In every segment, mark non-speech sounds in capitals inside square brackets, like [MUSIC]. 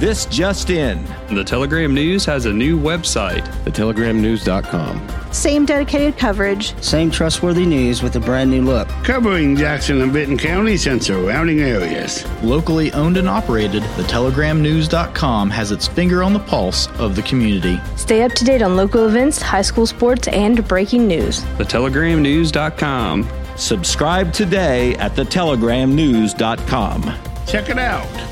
This just in. The Telegram News has a new website. TheTelegramNews.com. Same dedicated coverage. Same trustworthy news with a brand new look. Covering Jackson and Benton counties and surrounding areas. Locally owned and operated, TheTelegramNews.com has its finger on the pulse of the community. Stay up to date on local events, high school sports, and breaking news. TheTelegramNews.com. Subscribe today at TheTelegramNews.com. Check it out.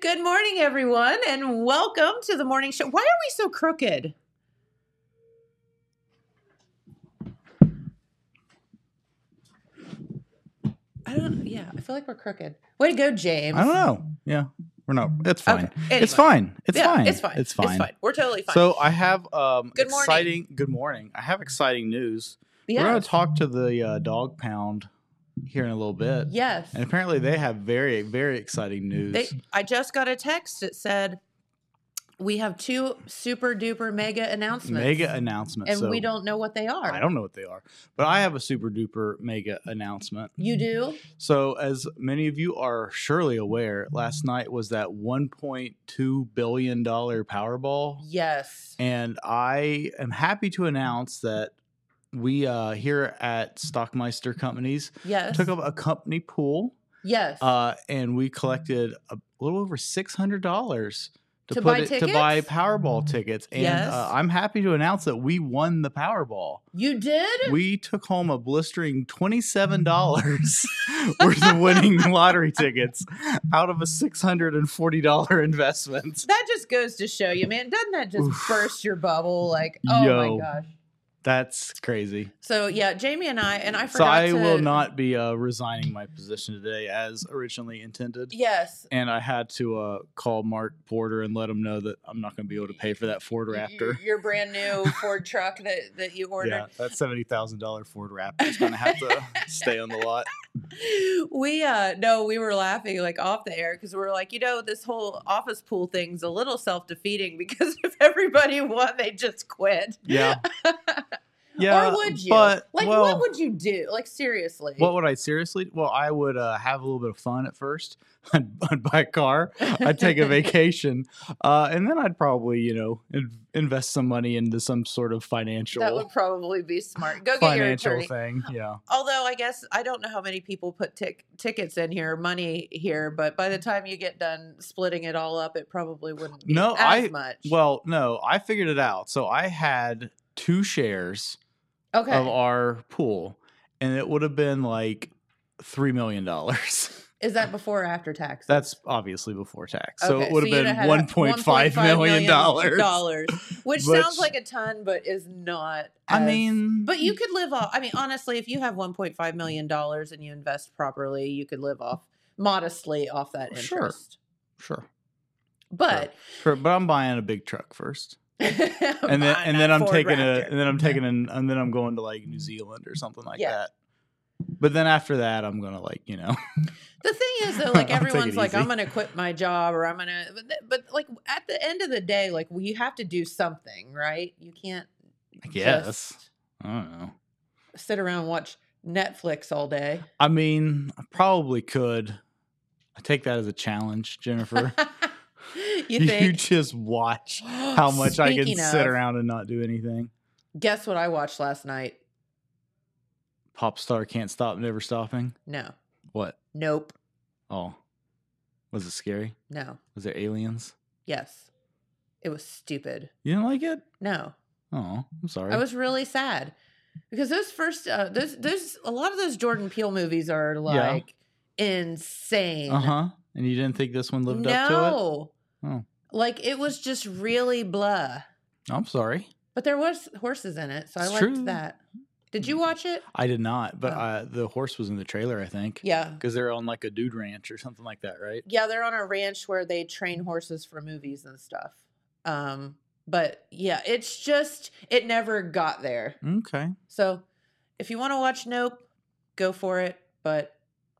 Good morning, everyone, and welcome to the morning show. Why are we so crooked? I don't, yeah, I feel like we're crooked. Way to go, James. I don't know. Yeah, we're not. It's fine. Okay, anyway. It's fine. It's Yeah, fine. It's fine. It's fine. We're totally fine. So I have um, Good morning. exciting. Good morning. I have exciting news. We're yeah. going to talk to the uh, dog pound here in a little bit. Yes. And apparently they have very, very exciting news. They, I just got a text that said, we have two super duper mega announcements. mega announcement. And so we don't know what they are. I don't know what they are, but I have a super duper mega announcement. You do? So, as many of you are surely aware, last night was that $1.2 billion Powerball. Yes. And I am happy to announce that we uh, here at Stockmeister Companies Yes. took up a company pool yes. uh, and we collected a little over six hundred dollars to, To put buy it, to buy tickets? Powerball tickets. And Yes. uh, I'm happy to announce that we won the Powerball. you did? [LAUGHS] We took home a blistering Mm. twenty-seven dollars [LAUGHS] worth of winning lottery tickets out of a six hundred and forty dollar investment. That just goes to show you, man. Doesn't that just Oof. burst your bubble? Like, oh Yo. my gosh. That's crazy. So yeah, Jamie and I and I So forgot. I to, will not be uh, resigning my position today as originally intended. Yes. And I had to uh, call Mark Porter and let him know that I'm not going to be able to pay for that Ford y- Raptor. y- Your brand new [LAUGHS] Ford truck that that you Yeah, ordered. that seventy thousand dollar Ford Raptor is gonna [LAUGHS] have to stay on the lot. We uh no, we were laughing like off the air because we were like, you know, this whole office pool thing's a little self defeating because if everybody won, they just quit. [LAUGHS] Yeah, yeah. or would you? But like, well, what would you do? Like, seriously. what would I seriously? Well, I would uh, have a little bit of fun at first. [LAUGHS] I'd, I'd buy a car. I'd take [LAUGHS] a vacation, uh, and then I'd probably, you know, in- invest some money into some sort of financial that would probably be smart. Go get your financial attorney. Oh, thing. Yeah. Although I guess I don't know how many people put tick tickets in here, money here, but Mm. by the time you get done splitting it all up, it probably wouldn't be No, as I- much. Well, no, I figured it out. So I had two shares okay, of our pool, and it would have been like three million dollars. [LAUGHS] is that before or after tax? That's obviously before tax. So Okay, it would have you'd been had one point five million dollars. [LAUGHS] dollars, which Which- sounds like a ton, but is not. I as- mean, but you could live off. I mean, honestly, if you have one point five million dollars and you invest properly, you could live off modestly off that interest. Sure. sure, But sure. But I'm buying a big truck first, and [LAUGHS] then and then I'm taking a and then I'm taking an and then I'm going to like New Zealand or something like Yeah. that. But then after that, I'm gonna like you know, [LAUGHS] The thing is, though, like I'll take it everyone's like, I'm easy. going to quit my job or I'm going to, but, th- but like at the end of the day, like well, you have to do something, right? You can't I guess I don't know. just sit around and watch Netflix all day. I mean, I probably could. I take that as a challenge, Jennifer. [LAUGHS] you think? just watch [LAUGHS] how much I can Speaking sit of- around and not do anything. Guess what I watched last night? Pop star can't stop, never stopping. No. What? Nope. Oh, was it scary? No. Was there aliens? Yes. It was stupid. You didn't like it? No. Oh, I'm sorry. I was really sad because those first uh, those those a lot of those Jordan Peele movies are like insane. uh huh. And you didn't think this one lived Uh-huh. no. up to it? Oh. Like it was just really blah. I'm sorry. But there was horses in it, so I It's liked true. Hmm. that. Did you watch it? I did not, but Oh. uh, the horse was in the trailer, I think. Yeah. Because they're on like a dude ranch or something like that, right? Yeah, they're on a ranch where they train horses for movies and stuff. Um, but yeah, it's just it never got there. Okay. So if you want to watch Nope, go for it. But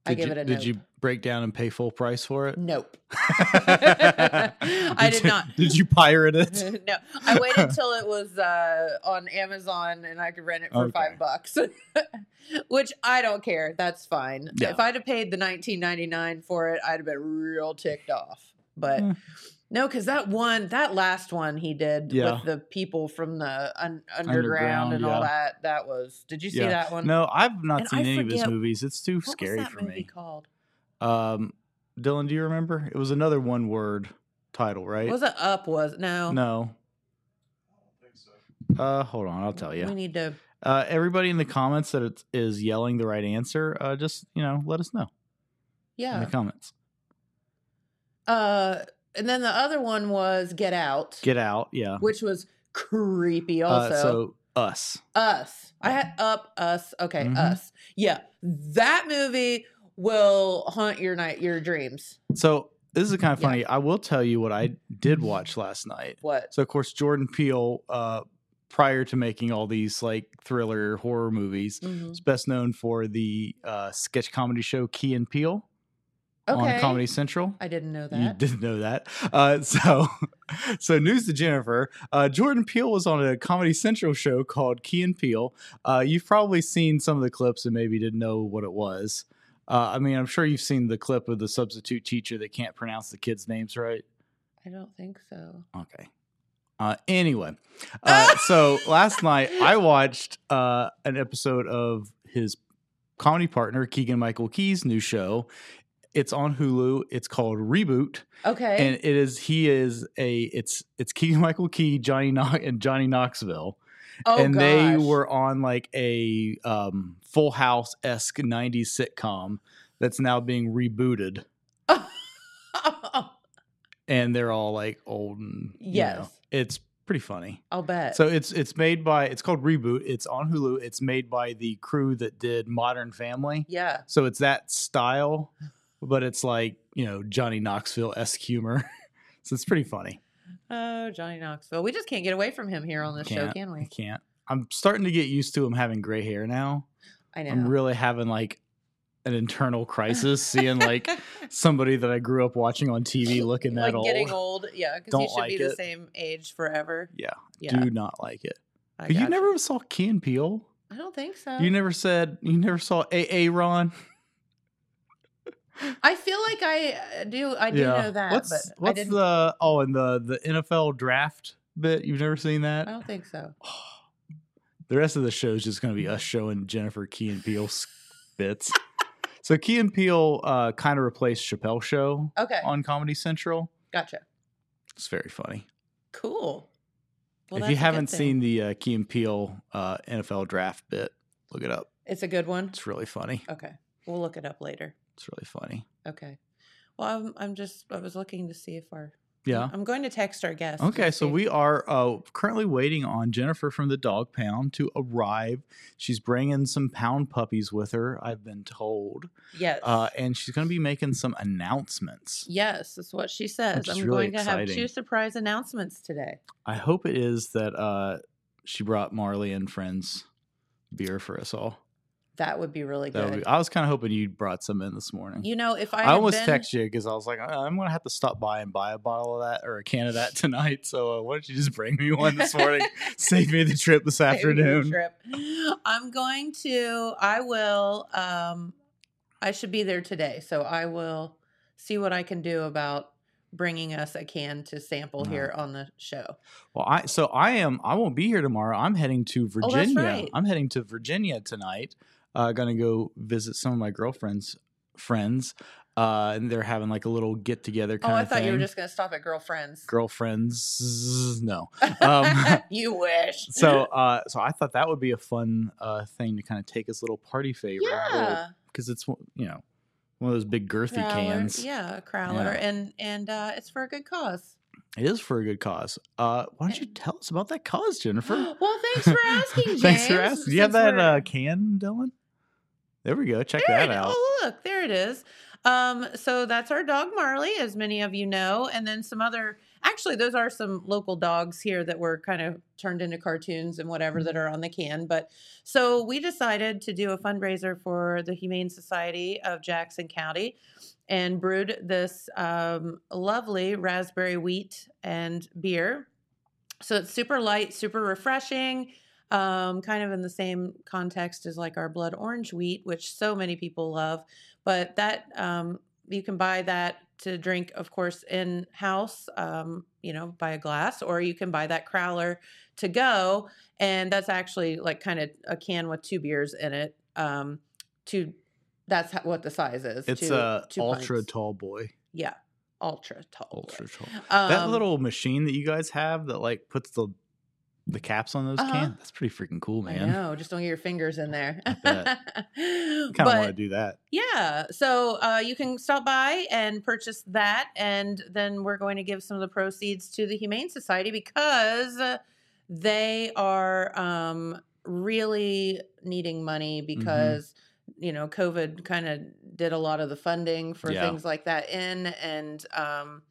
I Did give you, it a Did nope. you break down and pay full price for it? Nope. [LAUGHS] I did you- not. Did you pirate [LAUGHS] it? [LAUGHS] no, I waited till it was uh, on Amazon and I could rent it for Okay. five bucks, [LAUGHS] which I don't care. That's fine. Yeah. If I'd have paid the nineteen ninety nine for it, I'd have been real ticked off. But Eh. no, because that one, that last one he did Yeah. with the people from the un- underground, Underground, and all yeah. that. That was. Did you see Yeah. that one? No, I've not And seen I any of his forget- movies. It's too What was scary that for movie me. Called Um, Dylan, do you remember? It was another one word title, right? was it Up? Was no. No. Uh, hold on, I'll tell We you. need to. Uh, everybody in the comments that it is yelling the right answer, uh, just you know, let us know in Yeah. the comments. Uh, and then the other one was Get Out. Get out, yeah. which was creepy Uh, also so us, us i had up us okay Mhm. us yeah that movie will haunt your night your dreams So this is kind of Yeah. funny. I will tell you what I did watch last night. what So of course Jordan Peele, uh, prior to making all these like thriller horror movies, Mhm. is best known for the uh, sketch comedy show Key and Peele okay on Comedy Central. i didn't know You that didn't know that. Uh, [LAUGHS] so, so news to Jennifer. Uh, Jordan Peele was on a Comedy Central show called Key and Peele. Uh, you've probably seen some of the clips and maybe didn't know what it was. Uh, I mean, I'm sure you've seen the clip of the substitute teacher that can't pronounce the kids' names right. i don't think so Okay. Uh, anyway, uh, so last night I watched uh, an episode of his comedy partner Keegan Michael Key's new show. It's on Hulu. It's called Reboot, okay and it is he is a it's it's Keegan Michael Key, Johnny Knox, and Johnny Knoxville, oh and they gosh. were on like a um, Full House esque '90s sitcom that's now being rebooted, and they're all like old. And, you know, Yes. Uh, it's pretty funny. [LAUGHS] i'll bet So it's it's made by it's called Reboot. It's on Hulu. It's made by the crew that did Modern Family. yeah So it's that style, but it's like you know Johnny Knoxville esque humor. [LAUGHS] so it's pretty funny. oh johnny knoxville we just can't get away from him here on this show Can't- can I we can't. I'm starting to get used to him having gray hair now. i know [LAUGHS] I'm really having like an internal crisis seeing like somebody that I grew up watching on TV [LAUGHS] looking that like old. getting old yeah because Don't you should be like the it. same age forever Yeah, yeah do not like it. I But you gotcha. never saw Key and Peele. i don't think so You never said you never saw A.A. Ron. I feel like I uh, do. I do know that. What's but I what's didn't, the oh and the the NFL draft bit? You've never seen I that? don't think so. The rest of the show is just going to be us showing Jennifer Key and Peele s- [LAUGHS] bits. so Key and Peele uh, kind of replaced Chappelle Show Okay, on Comedy Central. gotcha. It's very funny. Cool. Well, if that's a you good haven't thing. seen the uh, Key and Peele uh, NFL draft bit, look it up. it's a good one. It's really funny. Okay, we'll look it up later. It's really funny. Okay. Well, I'm, I'm just I was looking to see if our Yeah. I'm going to text our guest. and Okay, so see. we are uh, currently waiting on Jennifer from the dog pound to arrive. She's bringing some pound puppies with her, I've been told. yes Uh, and she's going to be making some announcements. yes that's what she says. Which is I'm really going to have two exciting. surprise announcements today. I hope it is that uh, she brought Marley and friends beer for us all. That would be really That would good. be, I was kind of hoping you brought some in this morning. you know, if I, I, had almost been, texted you because I was like, "Uh, I'm going to have to stop by and buy a bottle of that or a can of that [LAUGHS] tonight. So uh, why don't you just bring me one this morning? [LAUGHS] Save me the trip this Maybe your afternoon. trip. I'm going to. I will. Um, I should be there today, so I will see what I can do about bringing us a can to sample All here on the show. Well, I so I am I won't be here tomorrow. I'm heading to Oh, that's Virginia. right. I'm heading to Virginia tonight. Uh gonna go visit some of my girlfriend's friends. Uh and they're having like a little get together kind oh, I of thought thing. you were just going to stop at girlfriends. [LAUGHS] girlfriends no. Um [LAUGHS] you wish. so uh so I thought that would be a fun uh thing to kind of take as a little party favor. [LAUGHS] yeah, Because it's one- you know, one of those big girthy Crowler, cans. Yeah, a crowler, Yeah. and and uh, it's for a good cause. It is for a good cause. Uh, why don't you tell us about that cause, [GASPS] Jennifer? [LAUGHS] Well, thanks for asking, James. thanks for asking. Do you have since that we're- uh, can, Dylan? There we go. Check There that it- out. Oh, look, there it is. Um, so that's our dog Marley, as many of you know, and then some other. Actually, those are some local dogs here that were kind of turned into cartoons and whatever that are on the can. But so we decided to do a fundraiser for the Humane Society of Jackson County, and brewed this um, lovely raspberry wheat and beer. So it's super light, super refreshing um, kind of in the same context as like our blood orange wheat, which so many people love. But that um, you can buy that to drink, of course, in house, um, you know, by a glass, or you can buy that crowler to go, and that's actually like kind of a can with two beers in it. Um, two, that's ho- what the size is. It's two- a two ultra pints. tall boy. Yeah, ultra tall. Ultra tall. Um, that little machine that you guys have that like puts the the caps on those Uh-huh. cans. That's pretty freaking cool, I man. know. Just don't get your fingers in there. I [LAUGHS] bet. Kind of want to But- do that. Yeah. So uh, you can stop by and purchase that. And then we're going to give some of the proceeds to the Humane Society because they are um, really needing money because, you know, COVID kind of did a lot of the funding for Yeah. things like that in. And, um,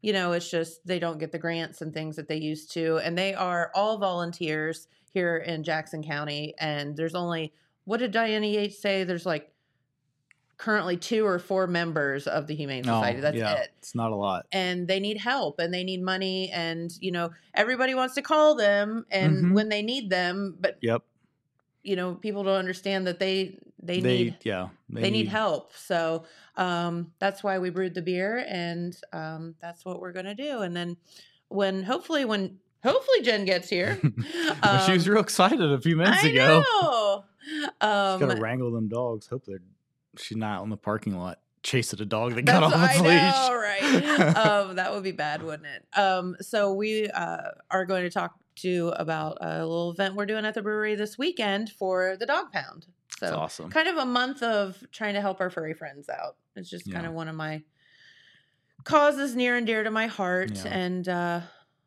you know, it's just they don't get the grants and things that they used to. And they are all volunteers here in Jackson County. And there's only, what did Diana Yates say? There's like currently two or four members of the Humane Society. That's it. It's not a lot. And they need help and they need money. And, you know, everybody wants to call them and Mhm. when they need them, but, Yep. you know, people don't understand that they, they, They, need. yeah. They, need, [LAUGHS] help. So um, that's why we brewed the beer, and um, that's what we're going to do. And then, when hopefully, when hopefully Jen gets [LAUGHS] here, Well, she was um, real excited a few minutes I ago. know. Um, She's gotta wrangle them dogs. Hope they're she's not out in the parking lot chasing a dog that got That's off what its I know, leash. right? [LAUGHS] um, that would be bad, wouldn't it? Um, so we uh, are going to talk to about a little event we're doing at the brewery this weekend for the dog pound. So That's awesome. kind of a month of trying to help our furry friends out. It's just kind Yeah. of one of my causes near and dear to my heart, Yeah. and uh,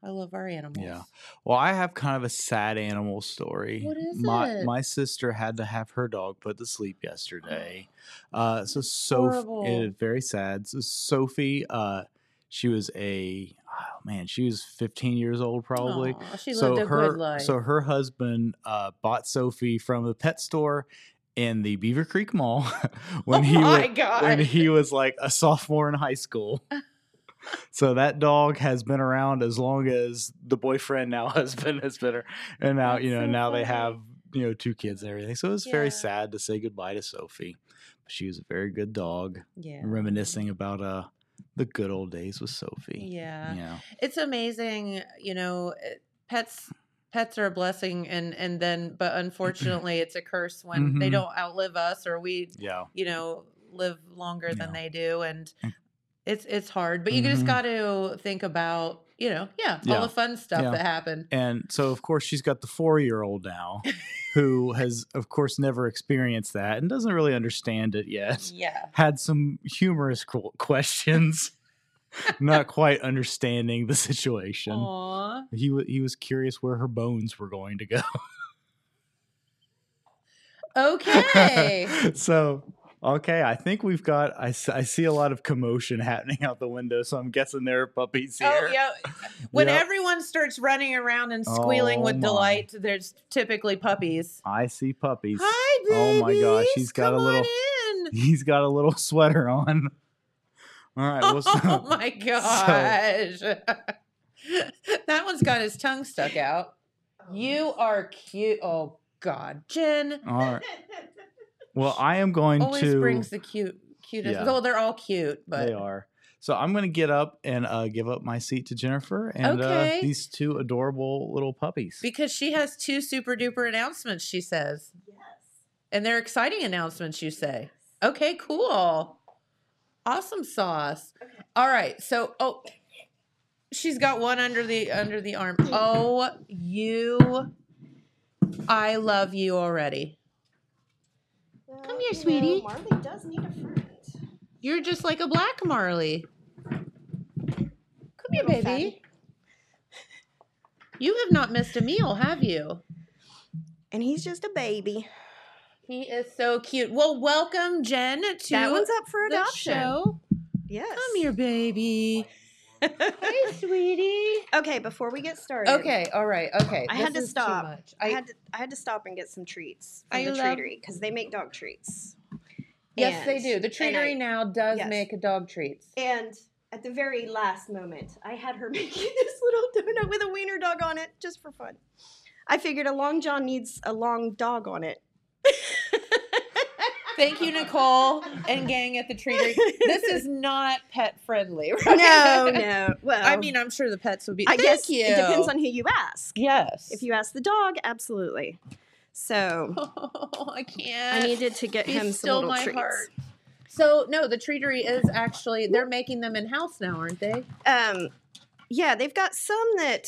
I love our animals. Yeah. Well, I have kind of a sad animal story. What is my, it? My sister had to have her dog put to sleep yesterday. Uh, so so it horrible. is very sad. So Sophie, uh, she was a oh man, she was 15 years old probably. Aw, she so lived a her good life. so her husband uh, bought Sophie from the pet store in the Beaver Creek Mall [LAUGHS] when oh he my was, God. when he was like a sophomore in [LAUGHS] high school. so that dog has been around as long as the boyfriend now [LAUGHS] husband has been, ar- and now you know That's so now they funny. have you know two kids and everything. So it was very Yeah. sad to say goodbye to Sophie. She was a very good dog. yeah. Reminiscing about uh the good old days with Sophie. Yeah. Yeah. it's amazing you know it- pets pets are a blessing and and then [CLEARS THROAT] but unfortunately it's a curse when they Mhm. don't outlive us or we Yeah. you know live longer than Yeah. Mm. they do and And- it's it's hard but you just Mhm. got to think about you know yeah, Yeah. all the fun stuff Yeah. that happened And so, of course, she's got the four year [LAUGHS] old now who has, of course, never experienced that and doesn't really understand it yet. yeah Had some humorous qu- [LAUGHS] questions, not quite understanding the situation. [LAUGHS] Aww. He, w- he was curious where her bones were going to go. okay Oh, [LAUGHS] so, okay, I think we've got, I, s- I see a lot of commotion happening out the window. So I'm guessing there are puppies here. Oh yeah! When Yep. everyone starts running around and squealing Oh, with my. delight, there's typically puppies. I see puppies. Hi, babies! Oh, my gosh, he's got a Come on little- in. He's got a little sweater on. All [LAUGHS] right, we'll Oh stop. my [LAUGHS] gosh. [LAUGHS] that one's got his tongue stuck out. You are cute. Oh God, Jen All right. Well, I am going always to. brings the cute cutest. Yeah. Well, they're all cute, but they are. So I'm going to get up and uh, give up my seat to Jennifer and Okay. uh, these two adorable little puppies. because she has two super duper announcements, she says. Yes. And they're exciting announcements, you say. Okay, cool. Awesome sauce. All right. So, oh, she's got one under the under the arm. Oh, you I love you already. Come here, sweetie. Marley does need a friend. You're just like a black Marley. Come here, baby. You have not missed a meal, have you? And he's just a baby. He is so cute. Well, welcome, Jen, to That one's up for the adoption. show. Yes. Come here, baby. [LAUGHS] Hey, sweetie. Okay, before we get started. Okay, all right, okay. I This had to is too stop. much. I, had to I had to stop and get some treats from I the love- treatery because they make dog treats. yes, they And- do. The and I- treatery now does yes. make dog treats. And at the very last moment, I had her [LAUGHS] making this little donut with a wiener dog on it just for fun. I figured a long john needs a long dog on it. [LAUGHS] Thank you, Nicole and gang at the treatery. This is not pet friendly, right? No, no. Well, [LAUGHS] I mean, I'm sure the pets would be. I Thank guess you. it depends on who you ask. Yes. If you ask the dog, absolutely. So Oh, [LAUGHS] I can't. I needed to get Be him some still little my treats. heart. So no, the treatery is actually they're making them in house now, aren't they? Um, yeah, they've got some that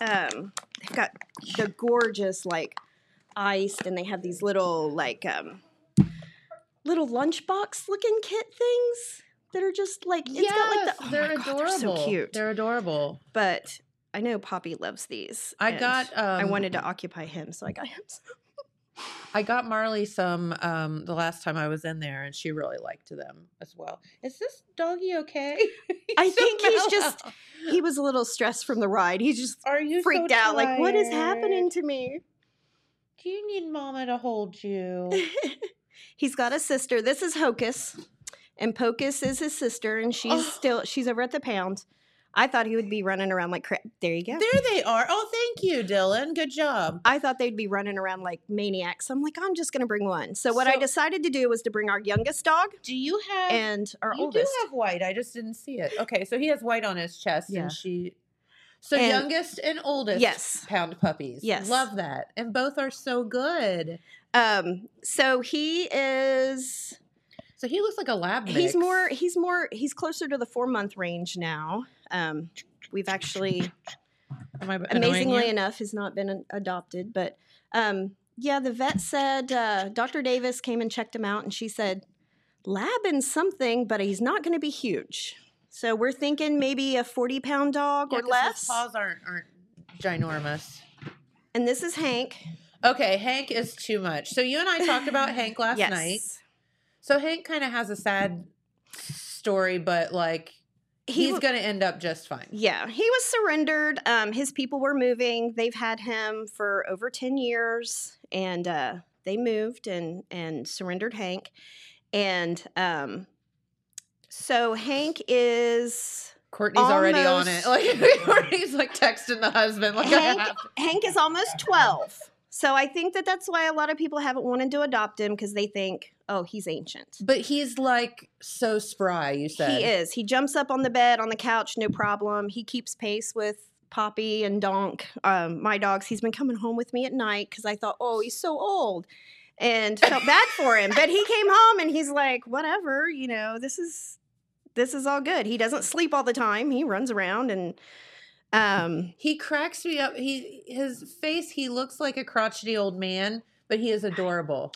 um, they've got the gorgeous like iced, and they have these little like um, little lunchbox looking kit things that are just like it's got like the, oh they're my God, adorable. they're so cute. They're adorable. but I know Poppy loves these. I and got. Um, I wanted to occupy him, so I got him. some. I got Marley some um, the last time I was in there, and she really liked them as well. Is this doggy okay? [LAUGHS] I He's so think he's just- mellow. He was a little stressed from the ride. He's just Are you so freaked out, like what is tired? happening to me? Do you need mama to hold you? [LAUGHS] He's got a sister. This is Hocus, and Pocus is his sister, and she's Oh. still she's over at the pound. I thought he would be running around like crap. There you go. there they are. Oh, thank you, Dylan. Good job. I thought they'd be running around like maniacs. I'm like, I'm just gonna bring one. So what I So- decided to do was to bring our youngest dog Do you have? and our you oldest. do have white. I just didn't see it. Okay, so he has white on his chest, Yeah. and she. So And- youngest and oldest. Yes. Pound puppies. Yes. Love that, and both are so good. um, so he is So he looks like a lab. mix. he's more he's more he's closer to the four month range now. Um, we've actually [LAUGHS] Am I annoying amazingly you? enough has not been an- adopted but um, yeah the vet said uh, dr davis came and checked him out and she said lab and something but he's not going to be huge so we're thinking maybe a 40 pound dog Yeah, or 'cause less His paws aren't aren't ginormous. and this is hank Okay, Hank is too much. So you and I talked about Hank last yes night. So Hank kind of has a sad story, but like he he's wa- going to end up just fine. yeah he was surrendered um, his people were moving they've had him for over 10 years and uh, they moved and and surrendered hank and um, so hank is Courtney's already on it. Almost. Like [LAUGHS] Courtney's like texting the husband. Like I Hank- have. Hank is almost 12. So I think that that's why a lot of people haven't wanted to adopt him because they think, oh, he's ancient. But he's like so spry. You said He is. He jumps up on the bed, on the couch, no problem. He keeps pace with Poppy and Donk, um, my dogs. He's been coming home with me at night because I thought, oh, he's so old and felt bad for him. But he came home and he's like, whatever, you know, this is. This is all good. He doesn't sleep all the time. He runs around and um He cracks me up. He his face. He looks like a crotchety old man, but he is adorable.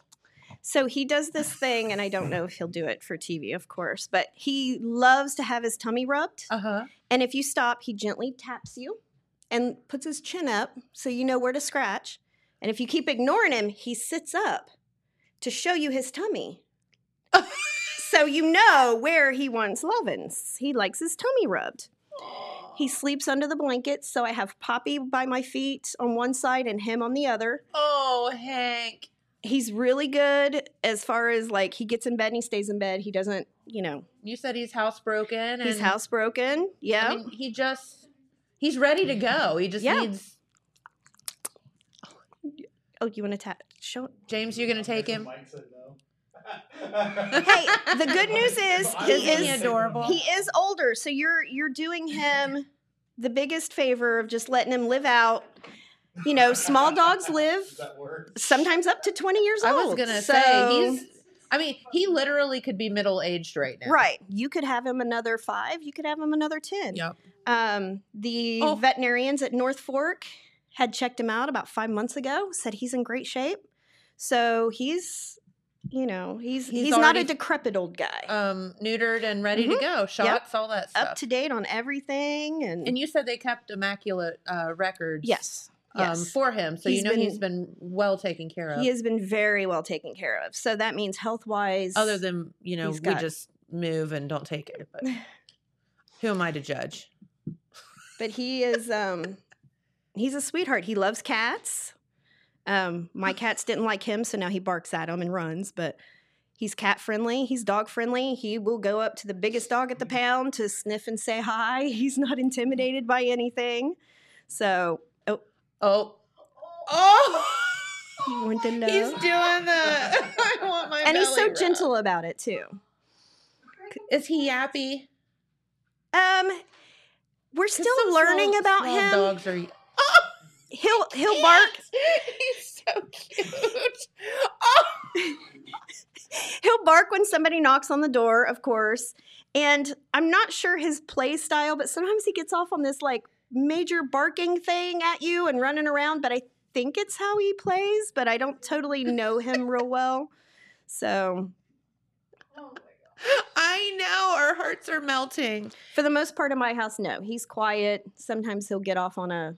So he does this thing, and I don't know if he'll do it for TV, of course, but he loves to have his tummy rubbed. Uh huh. And if you stop, he gently taps you and puts his chin up so you know where to scratch. And if you keep ignoring him, he sits up to show you his tummy. so you know where he wants lovin's. He likes his tummy rubbed. He sleeps under the blankets, so I have Poppy by my feet on one side and him on the other Oh, Hank. he's really good as far as like he gets in bed and he stays in bed. He doesn't, you know, You said he's housebroken. he's and- housebroken. Yeah. I mean, he just he's ready to go. He just Yeah. needs oh, you want to tap? Show. James. You're gonna take him. [LAUGHS] Hey, the good news is Isn't he he is adorable? He is older, so you're you're doing him the biggest favor of just letting him live out. You know, small dogs live sometimes up to 20 years I old. was gonna so- say he's. I mean, he literally could be middle aged right now. Right. You could have him another five. You could have him another 10. Yep. Um, the Oh. veterinarians at North Fork had checked him out about five months ago, said he's in great shape. So he's you know, he's He's he's, not already- a decrepit old guy. Um, neutered and ready Mhm. to go, shots, all that stuff. Up to date on everything, and, and you said they kept immaculate uh, records. yes, Um, yes. for him, so you He's know he's been well taken care of. he has been very well taken care of. So that means health wise, Other than you know, he's we got- just move and don't take it. [SIGHS] But who am I to judge? but he is um he's a sweetheart he loves cats um [LAUGHS] my cats didn't like him so now he barks at them and runs but he's cat friendly he's dog friendly he will go up to the biggest dog at Mm-hmm. the pound to sniff and say hi [LAUGHS] he's not intimidated by anything so oh Oh, oh, you want to know he's doing the. [LAUGHS] I want my. and he's so belly rub. gentle about it too [LAUGHS] Is he yappy? um we're 'Cause still some learning small- about small him Dogs are. [LAUGHS] he'll he'll bark He's so cute. [LAUGHS] Oh, [LAUGHS] He'll bark when somebody knocks on the door, of course. And I'm not sure his play style, but sometimes he gets off on this like major barking thing at you and running around. But I think it's how he plays, but I don't totally know him real well. So [GASPS] I know our hearts are melting. for the most part of my house, no, he's quiet. Sometimes he'll get off on a,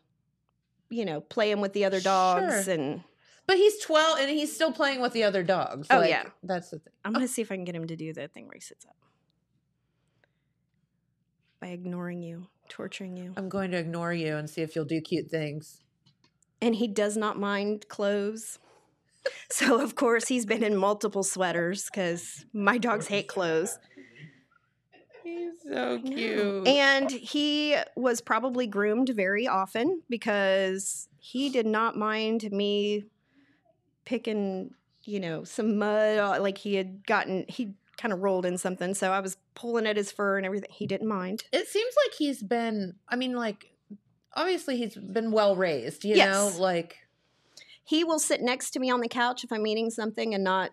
you know, playing with the other dogs. Sure. And But he's 12 and he's still playing with the other dogs. Oh, yeah. That's the thing. Oh. I'm going to see if I can get him to do that thing where he sits up by ignoring you, torturing you. I'm going to ignore you and see if you'll do cute things. and he does not mind clothes. So of course he's been in multiple sweaters because my dogs hate clothes. He's so cute. And he was probably groomed very often because he did not mind me picking, you know, some mud. uh, Like he had gotten, he kind of rolled in something. So I was pulling at his fur and everything. He didn't mind. it seems like he's been, I mean, like, obviously he's been well raised, you Yes. know? Like, He will sit next to me on the couch if I'm eating something and not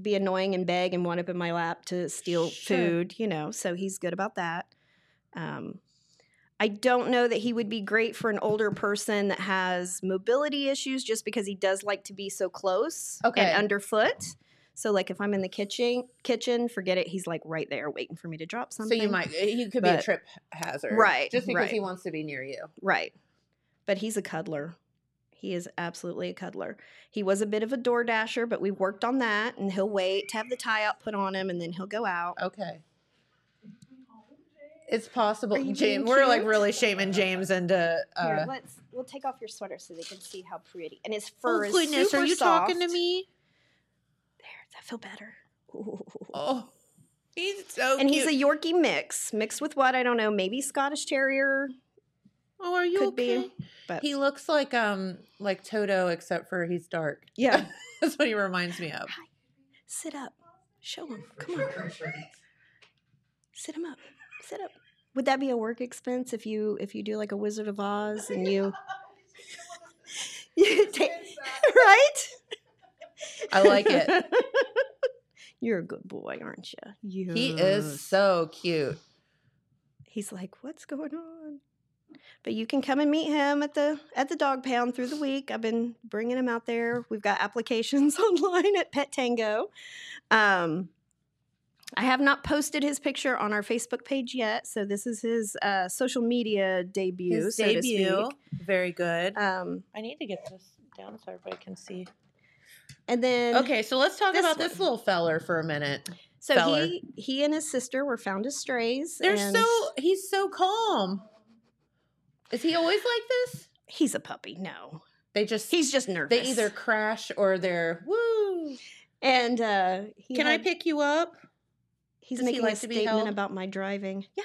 be annoying and beg and want up in my lap to steal Sure. food, you know. So he's good about that. Um, I don't know that he would be great for an older person that has mobility issues just because he does like to be so close Okay. and underfoot. So like if I'm in the kitchen kitchen, forget it, he's like right there waiting for me to drop something. so you might, eh, you could be a But- trip hazard. Right, Just because right. he wants to be near you. Right. But he's a cuddler. He is absolutely a cuddler. He was a bit of a door dasher, but we worked on that and he'll wait to have the tie out put on him and then he'll go out. Okay. It's possible. Are you being James, we're like cute? really shaming James into. Here, Uh, let's we'll take off your sweater so they can see how pretty. And his oh, fur is goodness, super are you soft. talking to me? There, does that feel better? Ooh. Oh, he's so and cute. he's a Yorkie mix, mixed with what I don't know, maybe Scottish Terrier. Oh, are you Could be, okay? But He looks like um like Toto, except for he's dark. yeah, [LAUGHS] That's what he reminds me of. sit up, show him. Come on, sit him up, sit up. Would that be a work expense if you if you do like a Wizard of Oz and you? you [LAUGHS] take, right? I like it. [LAUGHS] You're a good boy, aren't you? You. He is so cute. he's like, "What's going on?" But you can come and meet him at the at the dog pound through the week. I've been bringing him out there. We've got applications [LAUGHS] online at Pet Tango. Um, I have not posted his picture on our Facebook page yet, so this is his uh, social media debut, His so to debut, speak. very good. Um, I need to get this down so everybody can see. and then Okay, so let's talk This about this one. little feller for a minute. so feller. he he and his sister were found as strays. They're and so he's so calm. Is he always like this? he's a puppy. No, They just he's just nervous. they either crash or they're woo. and uh, he Can I had- pick you up? he's Does he making a like to be held? statement about my driving. Yeah,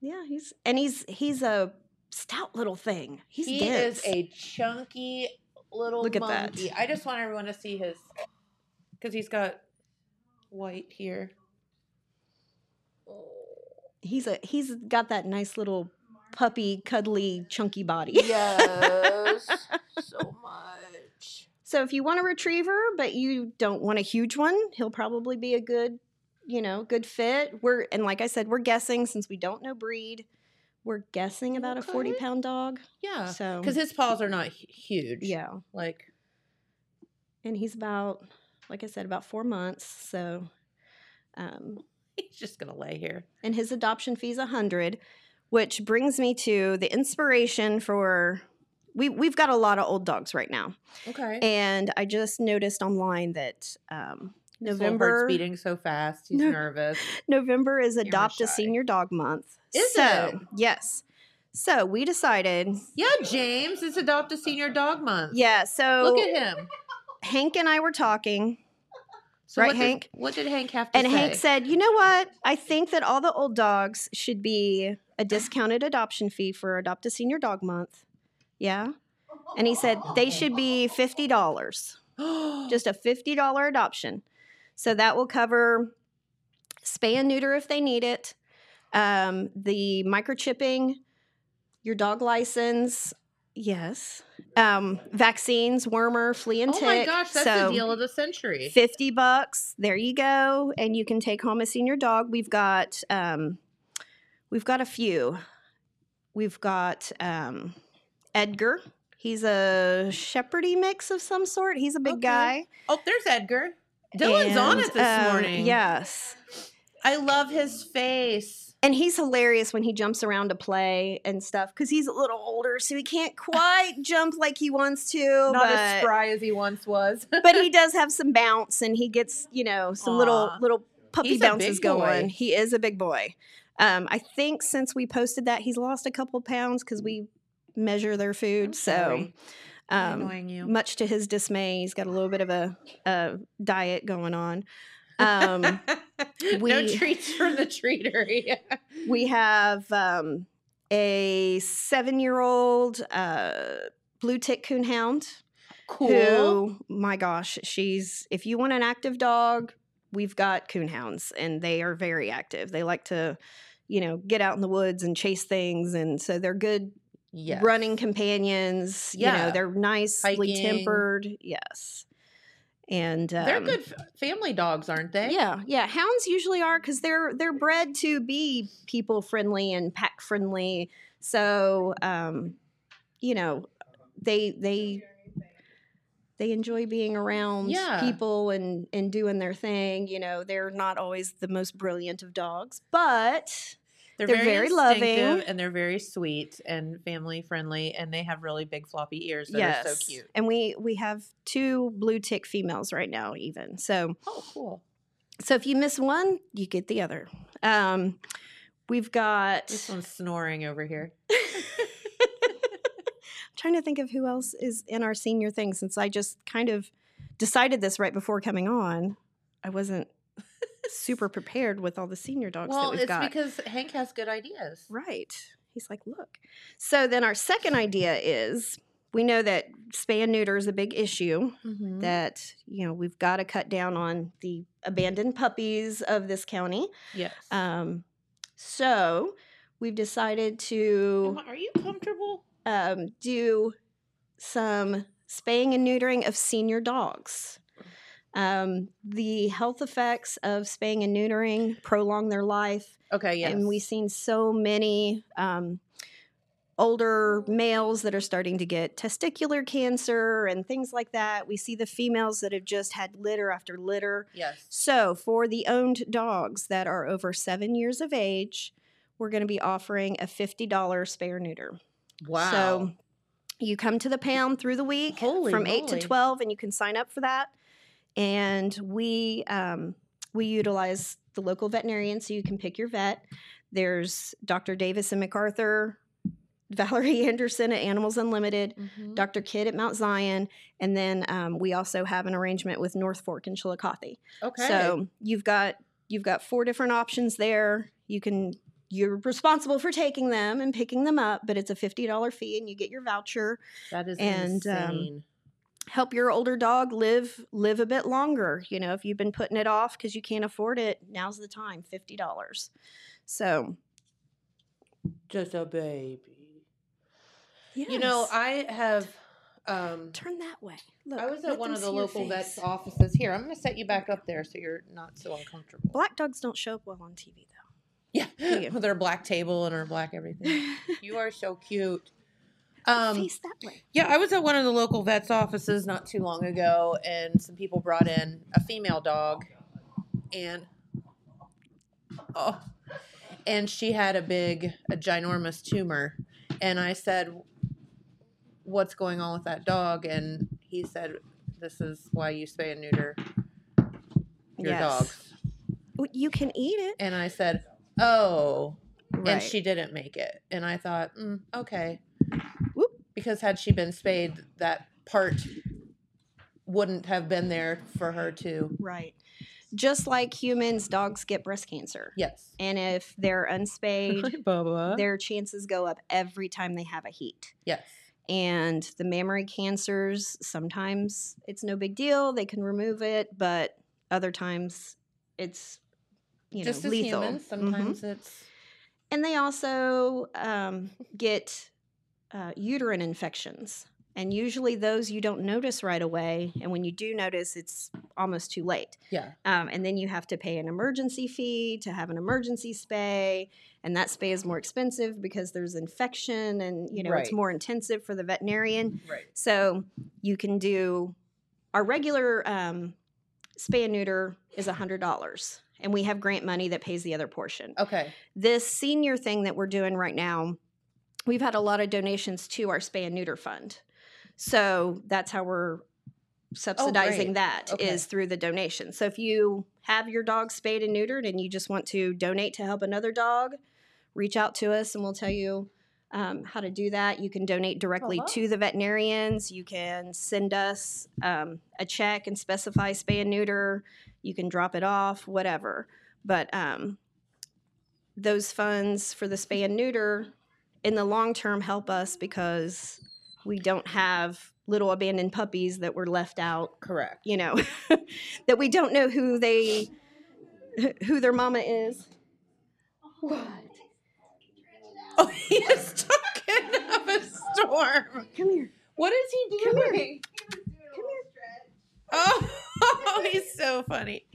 yeah, he's and he's he's a stout little thing. He's he dense. is a chunky little Look at that. monkey. I just want everyone to see his because he's got white here. he's a he's got that nice little puppy, cuddly, chunky body. [LAUGHS] so much. so if you want a retriever, but you don't want a huge one, he'll probably be a good, you know, good fit. We're and like I said, we're guessing since we don't know breed. We're guessing about a Okay. forty pound dog. Yeah, So because his paws are not hu- huge. yeah, like and he's about like I said, about four months. So, um, He's just gonna lay here. and his adoption fee's a hundred, which brings me to the inspiration for. We, we've got a lot of old dogs right now. Okay. And I just noticed online that um, November Heart's beating so fast. He's No. nervous. [LAUGHS] November is Camera Adopt a shy. Senior Dog Month. Is so, it? Yes. So we decided. Yeah, James, it's adopt a senior dog month. Yeah. So Look at him. Hank and I were talking, So Right, what did- Hank? what did Hank have to and say? Hank said, "You know what? I think that all the old dogs should be a discounted adoption fee for Adopt a Senior Dog Month." Yeah. And he said they should be fifty dollars. [GASPS] just a $50 adoption. So that will cover spay and neuter if they need it, um, the microchipping, your dog license, yes, um, vaccines, wormer, flea and Oh tick. my gosh, that's so the deal of the century. 50 bucks. There you go. And you can take home a senior dog. We've got um, we've got a few. We've got um, Edgar. He's a shepherdy mix of some sort. He's a big Okay. guy. Oh, there's Edgar. Dylan's on And, it this um, morning. Yes. I love his face. And he's hilarious when he jumps around to play and stuff because he's a little older, so he can't quite jump like he wants to. Not but, as spry as he once was. but he does have some bounce and he gets, you know, some little Aw. little puppy He's a bounces big going. boy. He is a big boy. Um, I think since we posted that, he's lost a couple pounds because we measure their food. I'm so sorry. I'm um, annoying you. much to his dismay, he's got a little bit of a, a diet [LAUGHS] going on. Um, no we- treats from the treatery. [LAUGHS] We have um, a seven-year-old uh, blue tick coon hound. cool. Who, my gosh, she's if you want an active dog, we've got coon hounds, and they are very active. They like to, you know, get out in the woods and chase things, and so they're good Yes. running companions. You Yeah. know, they're nicely Hiking. tempered. Yes, and um, They're good f- family dogs, aren't they? yeah, yeah. Hounds usually are because they're they're bred to be people friendly and pack friendly. So, um, you know, they they they enjoy being around Yeah. people and and doing their thing. You know, they're not always the most brilliant of dogs, but They're, They're very, very loving. instinctive and they're very sweet and family friendly and they have really big floppy ears that yes, are so cute. and we we have two blue tick females right now, even so. Oh, cool. So if you miss one, you get the other. Um, we've got This one's snoring over [LAUGHS] here. trying to think of who else is in our senior thing since I just kind of decided this right before coming on. I wasn't [LAUGHS] super prepared with all the senior dogs well, that we've it's got. because Hank has good ideas. right. He's like, look. So then our second idea is we know that spay and neuter is a big issue Mhm. that, you know, we've got to cut down on the abandoned puppies of this county. Yes. Um, so we've decided to Am I- are you comfortable? um, do some spaying and neutering of senior dogs. Um, the health effects of spaying and neutering prolong their life, Okay, yes. and we've seen so many um, older males that are starting to get testicular cancer and things like that. We see the females that have just had litter after litter. Yes. So, for the owned dogs that are over seven years of age, we're going to be offering a $50 spay or neuter. Wow. So you come to the pound through the week Holy from 8 to moly. 12 and you can sign up for that. And we um, we utilize the local veterinarian so you can pick your vet. There's Dr. Davis and MacArthur, [LAUGHS] Valerie Anderson at Animals Unlimited, Mhm. Dr. Kidd at Mount Zion, and then um, we also have an arrangement with North Fork and Chillicothe. okay. So you've got you've got four different options there. You can you're responsible for taking them and picking them up, but it's a fifty dollar fee, and you get your voucher. that is and, um, insane. Help your older dog live live a bit longer. You know, if you've been putting it off because you can't afford it, now's the time. Fifty dollars. So Just a baby. You know, yes. I have um turn that way. Look, I was let at one them of the see your local face. vet's offices here. I'm going to set you back up there so you're not so uncomfortable. Black dogs don't show up well on TV though. Yeah, [LAUGHS] Here you go. [LAUGHS] with her black table and her black everything. you are so cute. Um, Face that way. yeah, I was at one of the local vets' offices not too long ago, and some people brought in a female dog, and oh, and she had a big, a ginormous tumor, and I said, "What's going on with that dog?" And he said, "This is why you spay and neuter your dogs." Well, You can eat it. And I said, "Oh, Right. and she didn't make it. And I thought, mm, okay, Whoop. because had she been spayed, that part wouldn't have been there for her to. right. Just like humans, dogs get breast cancer. Yes, And if they're unspayed, [LAUGHS] Bubba. their chances go up every time they have a heat. yes, And the mammary cancers, sometimes it's no big deal. They can remove it, but other times it's, you know, just as lethal. humans, Mhm. sometimes it's And they also um, get uh, uterine infections. And usually those you don't notice right away. And when you do notice, it's almost too late. yeah. Um, and then you have to pay an emergency fee to have an emergency spay. And that spay is more expensive because there's infection and, you know, it's Right. more intensive for the veterinarian. Right. So you can do our regular um, spay and neuter is $100. And we have grant money that pays the other portion Okay. [LAUGHS] this senior thing that we're doing right now, we've had a lot of donations to our spay and neuter fund. So that's how we're subsidizing Oh, great. that is Okay. through the donation. So if you have your dog spayed and neutered and you just want to donate to help another dog, reach out to us and we'll tell you um, how to do that. You can donate directly Oh, wow. to the veterinarians. You can send us um, a check and specify spay and neuter. You can drop it off, whatever. But um, those funds for the spay and neuter in the long term help us because we don't have little abandoned puppies that were left out Correct. you know [LAUGHS] that we don't know who they who their mama is what Oh, he is talking of a storm. come here What is he doing? Come here. Oh, [LAUGHS] he's so funny.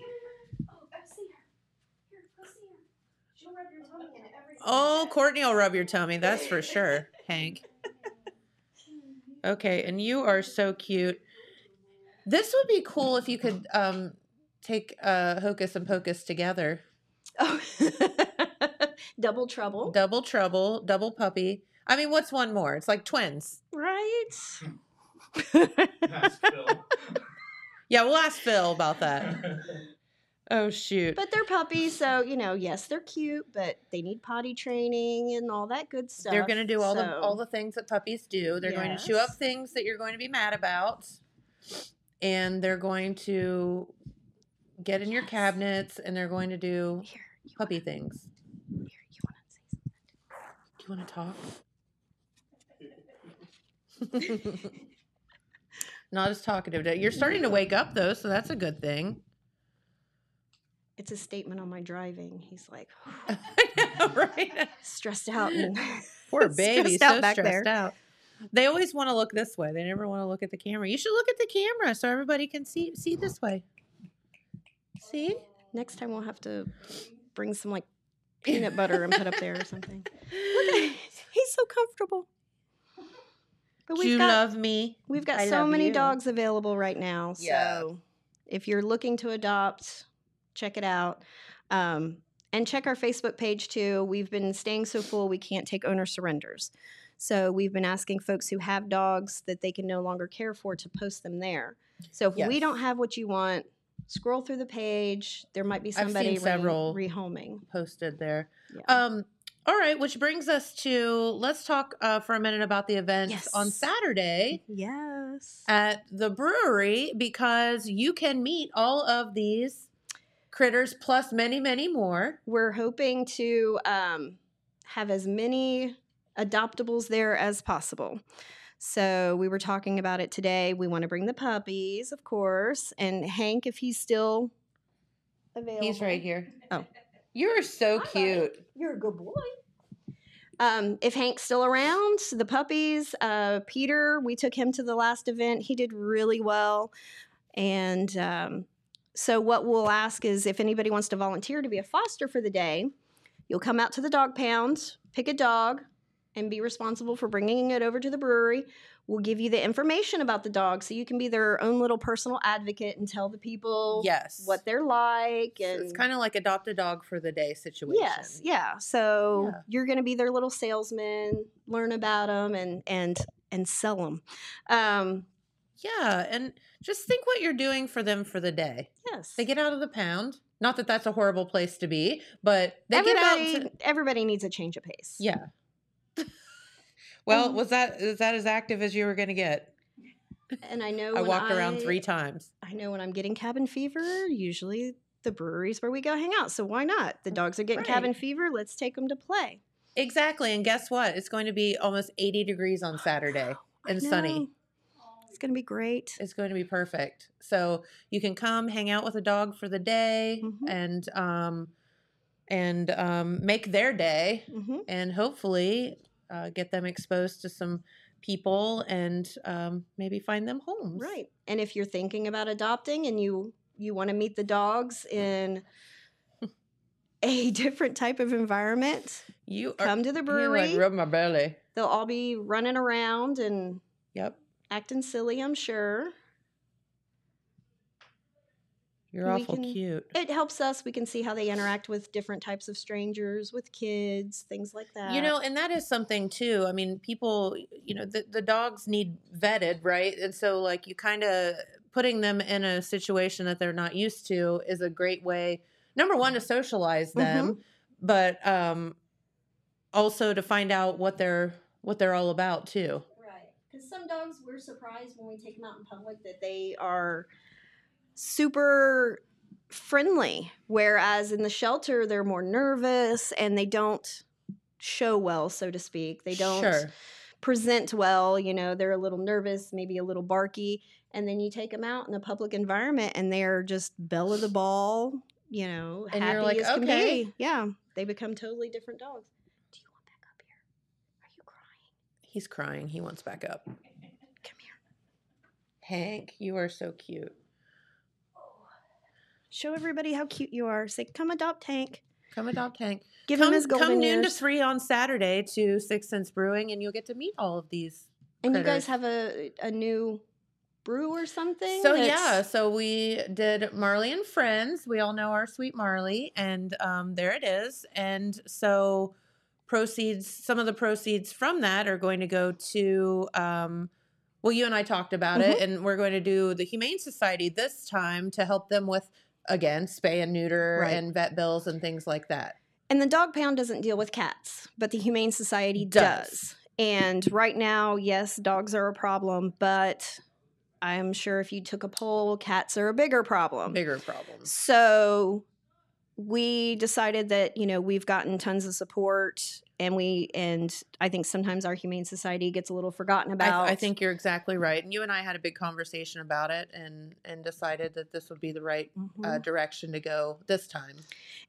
Oh, Courtney will rub your tummy. That's for sure, Hank. Okay, and you are so cute. This would be cool if you could um, take uh, Hocus and Pocus together. oh [LAUGHS] double trouble Double Trouble, Double Puppy. I mean, what's one more? It's like twins. right Yeah, we'll ask Phil about [LAUGHS] that. Oh, shoot. but they're puppies so you know yes they're cute but they need potty training and all that good stuff They're going to do all the so- all the things that puppies do. They're going to chew up Yes. things that you're going to be mad about, and they're going to get in your Yes. cabinets, and they're going to do here you puppy things. wanna- here, you want to say something Do you want to [LAUGHS] talk? Not as talkative. You're starting to wake up though, so that's a good thing. it's a statement on my driving he's [LAUGHS] like right? [LAUGHS] stressed out [LAUGHS] and Poor baby, [LAUGHS] Stressed out so back there. stressed out. They always want to look this way. They never want to look at the camera. You should look at the camera so everybody can see see this way. See? Next time we'll have to bring some [LAUGHS] like peanut butter and put up there or something. Look at [LAUGHS] he's so comfortable. But Do we've you got love me? we've got I so love many you. dogs available right now. Yeah. So if you're looking to adopt, check it out. Um, and check our Facebook page too. We've been staying so full we can't take owner surrenders. So we've been asking folks who have dogs that they can no longer care for to post them there. So if we Yes. don't have what you want, scroll through the page. There might be I've seen somebody re- several. rehoming. Posted there. Yeah. Um all right, which brings us to let's talk uh, for a minute about the event on Yes. Saturday. yes. at the brewery because you can meet all of these critters plus many, many more. We're hoping to um, have as many adoptables there as possible. So we were talking about it today. We want to bring the puppies, of course, and Hank if he's still available. He's right here. Oh. You are so Hi, buddy. cute. You're a good boy. Um, if Hank's still around, the puppies, uh, Peter, we took him to the last event. He did really well. And um, so, what we'll ask is if anybody wants to volunteer to be a foster for the day, you'll come out to the dog pound, pick a dog, and be responsible for bringing it over to the brewery. We'll give you the information about the dog so you can be their own little personal advocate and tell the people Yes. what they're like. So And it's kind of like adopt a dog for the day situation. yes, yeah. So Yeah. you're going to be their little salesman, learn about them, and and and sell them. Um, Yeah, and just think what you're doing for them for the day. yes, They get out of the pound. Not that that's a horrible place to be, but they everybody get out. To, everybody needs a change of pace. yeah. [LAUGHS] well, Mhm. was that is that as active as you were going to get? and I know I when walked around I- three times. I know when I'm getting cabin fever, usually the brewery's where we go hang out. So why not? The dogs are getting Right. cabin fever. Let's take them to play. Exactly, and guess what? It's going to be almost 80 degrees on Saturday I and sunny. know. It's going to be great. It's going to be perfect. So you can come hang out with a dog for the day Mhm. and um and um make their day hmm and hopefully uh, get them exposed to some people and um, maybe find them homes. Right. And if you're thinking about adopting and you you want to meet the dogs in [LAUGHS] a different type of environment, You are, come to the brewery. You like rub my belly. They'll all be running around and Yep. acting silly, I'm sure. You're We awful can- cute. It helps us. We can see how they interact with different types of strangers, with kids, things like that. You know, and that is something too. I mean, people, you know, the, the dogs need vetted, right? And so, like, you kind of putting them in a situation that they're not used to is a great way, number one, to Mm-hmm. socialize them, but um, also to find out what they're what they're all about too. Right. Because some dogs, we're surprised when we take them out in public that they are super friendly, whereas in the shelter, they're more nervous and they don't show well, so to speak. They don't Sure. present well. You know, they're a little nervous, maybe a little barky. And then you take them out in a public environment and they're just bell of the ball, you know, And you're happy like, as can "Okay." be. Yeah. They become totally different dogs. Do you want back up here? Are you crying? He's crying. He wants back up. Come here. Hank, you are so cute. Show everybody how cute you are. Say, come adopt Hank. Come adopt Hank. Give come him his golden come noon to years. three on Saturday to Six Sense Brewing, and you'll get to meet all of these. and you guys critters. have a a new brew or something. So that's- yeah, Uh, so we did Marley and Friends. We all know our sweet Marley, and um, there it is. And so proceeds, some of the proceeds from that are going to go to. Um, well, you and I talked about Mm-hmm. it, and we're going to do the Humane Society this time to help them with again spay and neuter Right. and vet bills and things like that. And the dog pound doesn't deal with cats, but the Humane Society Does. does. And right now, yes, dogs are a problem, but I'm sure if you took a poll, cats are a bigger problem. Bigger problems. So we decided that, you know, we've gotten tons of support and we and I think sometimes our humane society gets a little forgotten I, about. th- I think you're exactly right, and you and I had a big conversation about it, and and decided that this would be the right Mhm. uh, direction to go this time.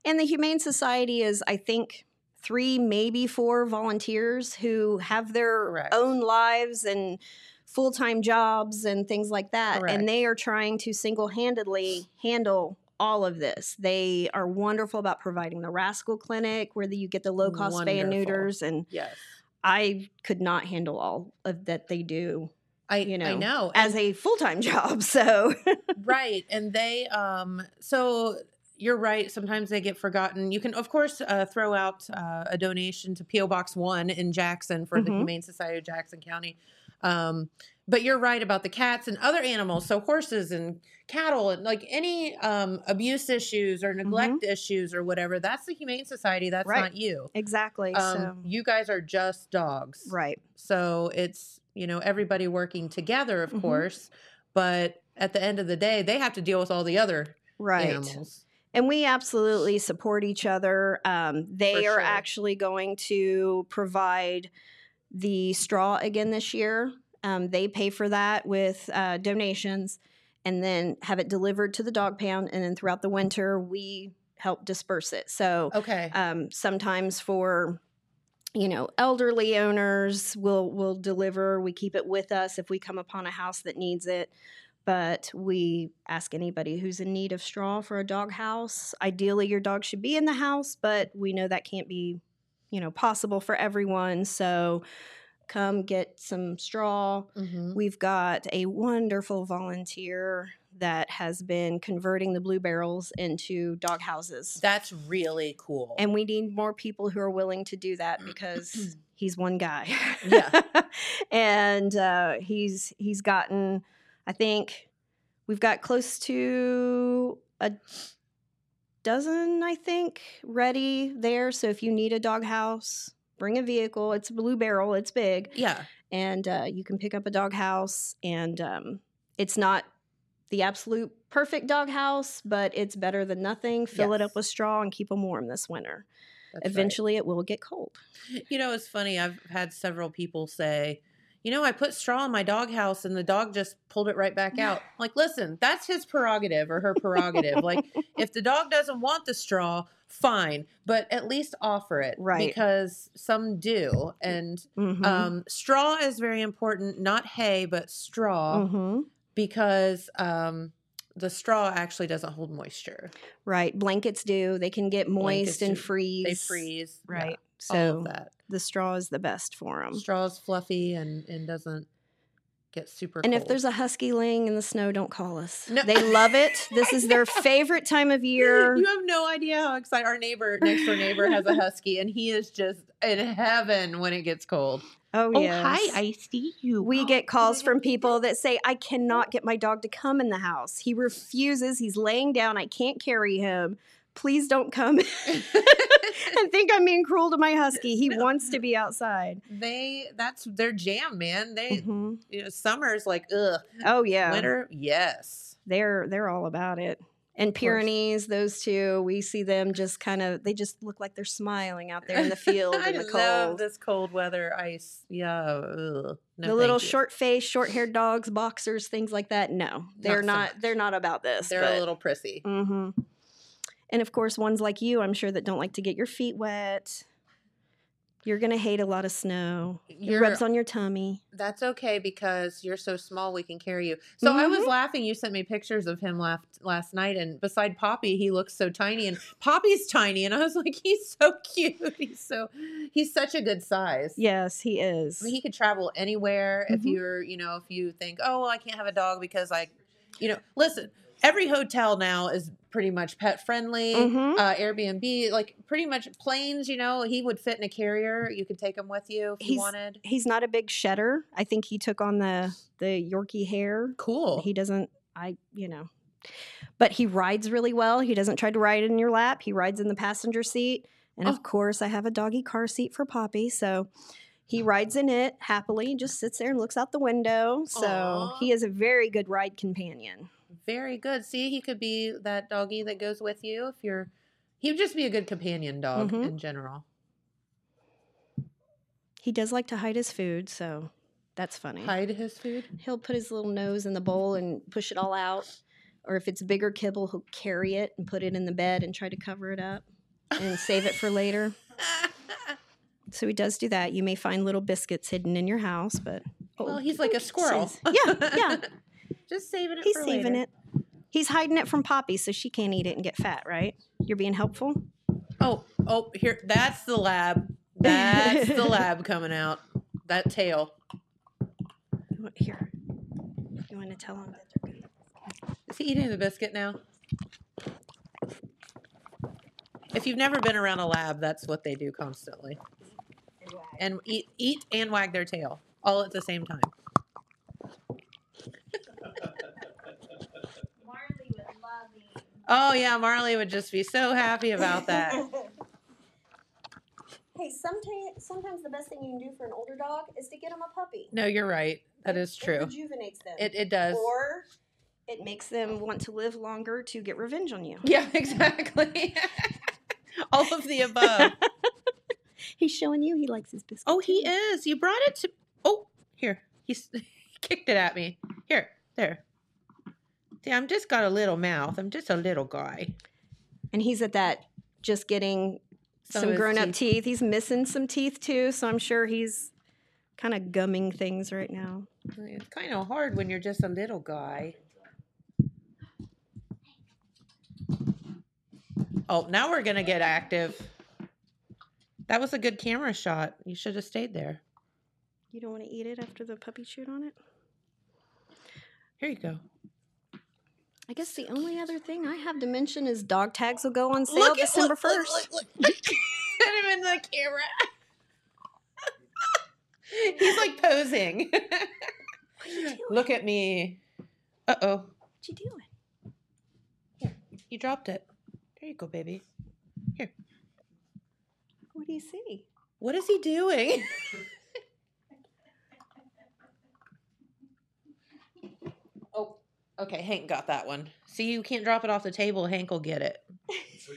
And the Humane Society is, I think, three, maybe four volunteers who have their Correct. own lives and full time jobs and things like that. Correct. And they are trying to single handedly handle all of this. They are wonderful about providing the Rascal Clinic, where you get the low cost spay and Wonderful. neuters. And Yes. I could not handle all of that they do, I you know, I know. as a full time [LAUGHS] job. So, And- right. And they um so you're right. Sometimes they get forgotten. You can, of course, uh, throw out uh, a donation to PO Box One in Jackson for the Mhm. Humane Society of Jackson County. Um, but you're right about the cats and other animals. So horses and cattle and like any um, abuse issues or neglect issues or whatever. That's the Humane Society. That's Mm-hmm. Right. not you. exactly. Um, You guys are just dogs. so, right. So it's, you know, everybody working together, of Mhm. course, but at the end of the day, they have to deal with all the other Right. animals. And we absolutely support each other. Um, they For are sure. actually going to provide the straw again this year. Um, they pay for that with uh, donations and then have it delivered to the dog pound. And then throughout the winter, we help disperse it. So Okay. um, sometimes for you know elderly owners will will deliver we keep it with us if we come upon a house that needs it but we ask anybody who's in need of straw for a dog house ideally your dog should be in the house but we know that can't be you know possible for everyone. So come get some straw. Mhm. We've got a wonderful volunteer that has been converting the blue barrels into dog houses. That's really cool. and we need more people who are willing to do that [CLEARS THROAT] because he's one guy. Mm. Yeah. [LAUGHS] and uh, he's he's gotten I think we've got close to a dozen I think ready there so if you need a dog house bring a vehicle it's a blue barrel it's big yeah. and uh, you can pick up a doghouse. And um, it's not the absolute perfect doghouse, but it's better than nothing. Fill it Yes. up with straw and keep them warm this winter. that's right. Eventually, it will get cold. You know, it's funny. I've had several people say, you know, I put straw in my doghouse and the dog just pulled it right back [LAUGHS] out. Like, listen, that's his prerogative or her prerogative. like, if the dog doesn't want the straw, fine, but at least offer it. Right. Because some do. And Mhm. um, straw is very important, not hay, but straw, Mhm. because um, the straw actually doesn't hold moisture. Right. Blankets do. They can get Blankets moist and do. freeze. They freeze. Yeah, Right. all of So that. the straw is the best for them. Straw's fluffy and, and doesn't get super And cold. if there's a husky laying in the snow, don't call us. No. They love [LAUGHS] it. This is their favorite time of year. You have no idea how excited our neighbor, next door neighbor, has a husky, and he is just in heaven when it gets cold. Oh, yes. see you. We get calls from people that say, I cannot get my dog to come in the house. He refuses. He's laying down. I can't carry him. Please don't come [LAUGHS] and think I'm being cruel to my husky. He wants to be outside. they that's their jam, man. They Mhm. you know, summer's like ugh, Oh yeah. winter yes. They're they're all about it. And Pyrenees, those two, we see them just kind of they just look like they're smiling out there in [LAUGHS] the field I in the love cold. this cold weather ice. Yeah, ugh, no, the little thank you. short faced, short haired dogs, boxers, things like that. No, they're so not. much. they're not about this. They're but- a little prissy. hmm And of course, ones like you, I'm sure that don't like to get your feet wet. You're gonna hate a lot of snow. It You're- rubs on your tummy. That's okay because you're so small we can carry you. So I Mm-hmm. was laughing. You sent me pictures of him last last night, and beside Poppy, he looks so tiny, and Poppy's tiny, and I was like, he's so cute. He's so he's such a good size. Yes, he is. I mean, he could travel anywhere. If Mhm. you're, you know, if you think, oh, well, I can't have a dog because I, you know, listen. Every hotel now is pretty much pet friendly. Mhm. Uh, Airbnb, like pretty much planes. You know, he would fit in a carrier. You could take him with you if you He's- wanted. He's not a big shedder. I think he took on the the Yorkie hair. Cool. [LAUGHS] He doesn't. I you know, but he rides really well. He doesn't try to ride in your lap. He rides in the passenger seat. And Oh. of course, I have a doggy car seat for Poppy, so he Oh. rides in it happily. Just sits there and looks out the window. So Aw. he is a very good ride companion. Very good. See, he could be that doggy that goes with you if you're. He would just be a good companion dog Mhm. in general. He does like to hide his food, so that's funny. Hide his food. He'll put his little nose in the bowl and push it all out. Or if it's bigger kibble, he'll carry it and put it in the bed and try to cover it up and save it for later. [LAUGHS] So he does do that. You may find little biscuits hidden in your house, but well, he's like a squirrel. says- yeah, yeah. [LAUGHS] just saving it. he's for saving later. it. He's hiding it from Poppy so she can't eat it and get fat, right? You're being helpful? Oh, oh, here. That's the lab. That's [LAUGHS] the lab coming out. That tail. You want, here. You want to tell him that they're good? Is he eating the biscuit now? If you've never been around a lab, that's what they do constantly. And eat, eat and wag their tail all at the same time. Oh yeah, Marley would just be so happy about that. Hey, sometimes, sometimes the best thing you can do for an older dog is to get him a puppy. No, you're right. That It- is [LAUGHS] true. It rejuvenates them. It it does. Or it makes them want to live longer to get revenge on you. Yeah, [LAUGHS] exactly. all of the above. He's showing you he likes his biscuit. Oh, he too. is. You brought it to. Oh, here. He s- kicked it at me. Here, there. Yeah, I'm just got a little mouth. I'm just a little guy. And he's at that just getting Some some, of his grown up teeth. teeth. He's missing some teeth too, so I'm sure he's kind of gumming things right now. It's kind of hard when you're just a little guy. Oh, now we're gonna get active. That was a good camera shot. You should have stayed there. You don't want to eat it after the puppy chewed on it? Here you go. I guess the only other thing I have to mention is dog tags will go on sale Look at- December look, look, 1st. look, look. Put him in the camera. He's like posing. look at me. Uh oh. What you doing? You dropped it. There you go, baby. What do you see? What is he doing? [LAUGHS] oh, okay. Hank got that one. See, you can't drop it off the table. Hank will get it. He's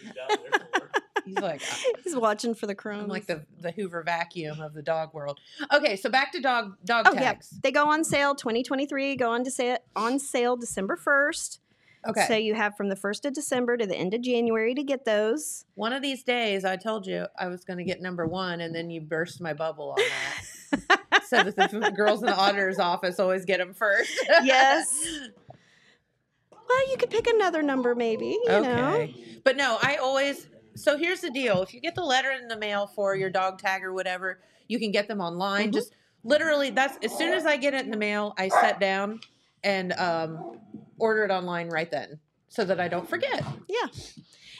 like, uh, [LAUGHS] He's watching for the crumbs. I'm like the, the Hoover vacuum of the dog world. Okay, so back to dog dog Oh, yeah. tags. They go on sale 2023, go on to sale on sale December 1st. Okay. So you have from the 1st of December to the end of January to get those. One of these days, I told you I was going to get number one, and then you burst my bubble on that. so that the f- girls in the auditor's office always get them first. Yes. Well, you could pick another number maybe, you know. okay. But no, I always. So here's the deal: if you get the letter in the mail for your dog tag or whatever, you can get them online. Mhm. Just literally, that's as soon as I get it in the mail, I set down and um, order it online right then, so that I don't forget. Yeah.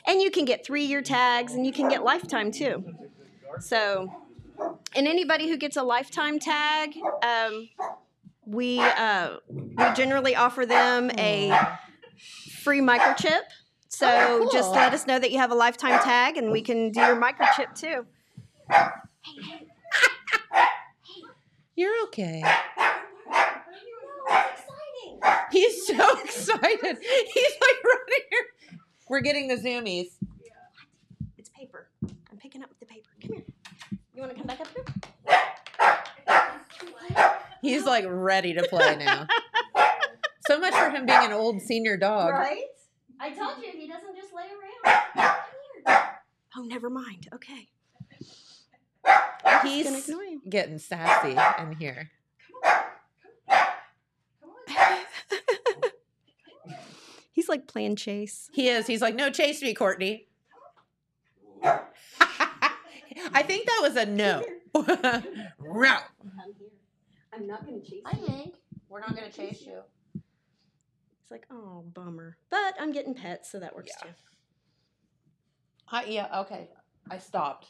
And you can get 3-year tags and you can get lifetime too. So and anybody who gets a lifetime tag, um, we uh, we generally offer them a free microchip. So Oh, just cool. let us know that you have a lifetime tag, and we can do your microchip too. You're okay. He's so excited. He's like running. here. We're getting the zoomies. It's paper. I'm picking up the paper. Come here. You want to come back up here? He's like ready to play now. so much for him being an old senior dog. Right? I told you he doesn't just lay around. Come here. Oh, never mind. Okay. He's gonna He's ignore you. getting sassy in here. He's like playing chase. He is. He's like, no, chase me, Courtney. I think that was a no. no. I'm here. I'm not gonna chase. I think We're not gonna chase you. It's like, oh, bummer. But I'm getting pets, so that works Yeah. I, yeah. Okay. I [LAUGHS] stopped.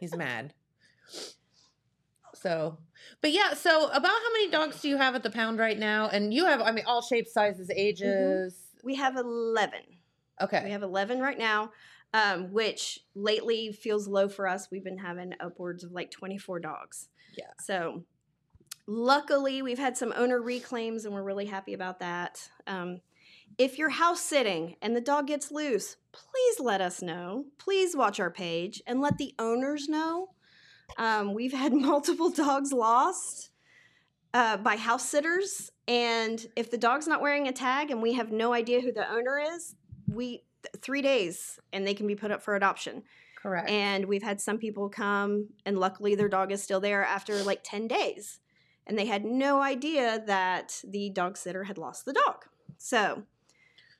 He's mad. So, but yeah. So, about how many dogs do you have at the pound right now? And you have, I mean, all shapes, sizes, ages. Mm-hmm. We have 11. Okay. We have 11 right now, um, which lately feels low for us. We've been having upwards of like 24 dogs. Yeah. So luckily, we've had some owner reclaims and we're really happy about that. Um, if you're house sitting and the dog gets loose, please let us know. Please watch our page and let the owners know. Um, we've had [LAUGHS] multiple dogs lost uh, by house sitters, and if the dog's not wearing a tag and we have no idea who the owner is, we th- three days and they can be put up for adoption. Correct. And we've had some people come, and luckily their dog is still there after like ten days, and they had no idea that the dog sitter had lost the dog. So,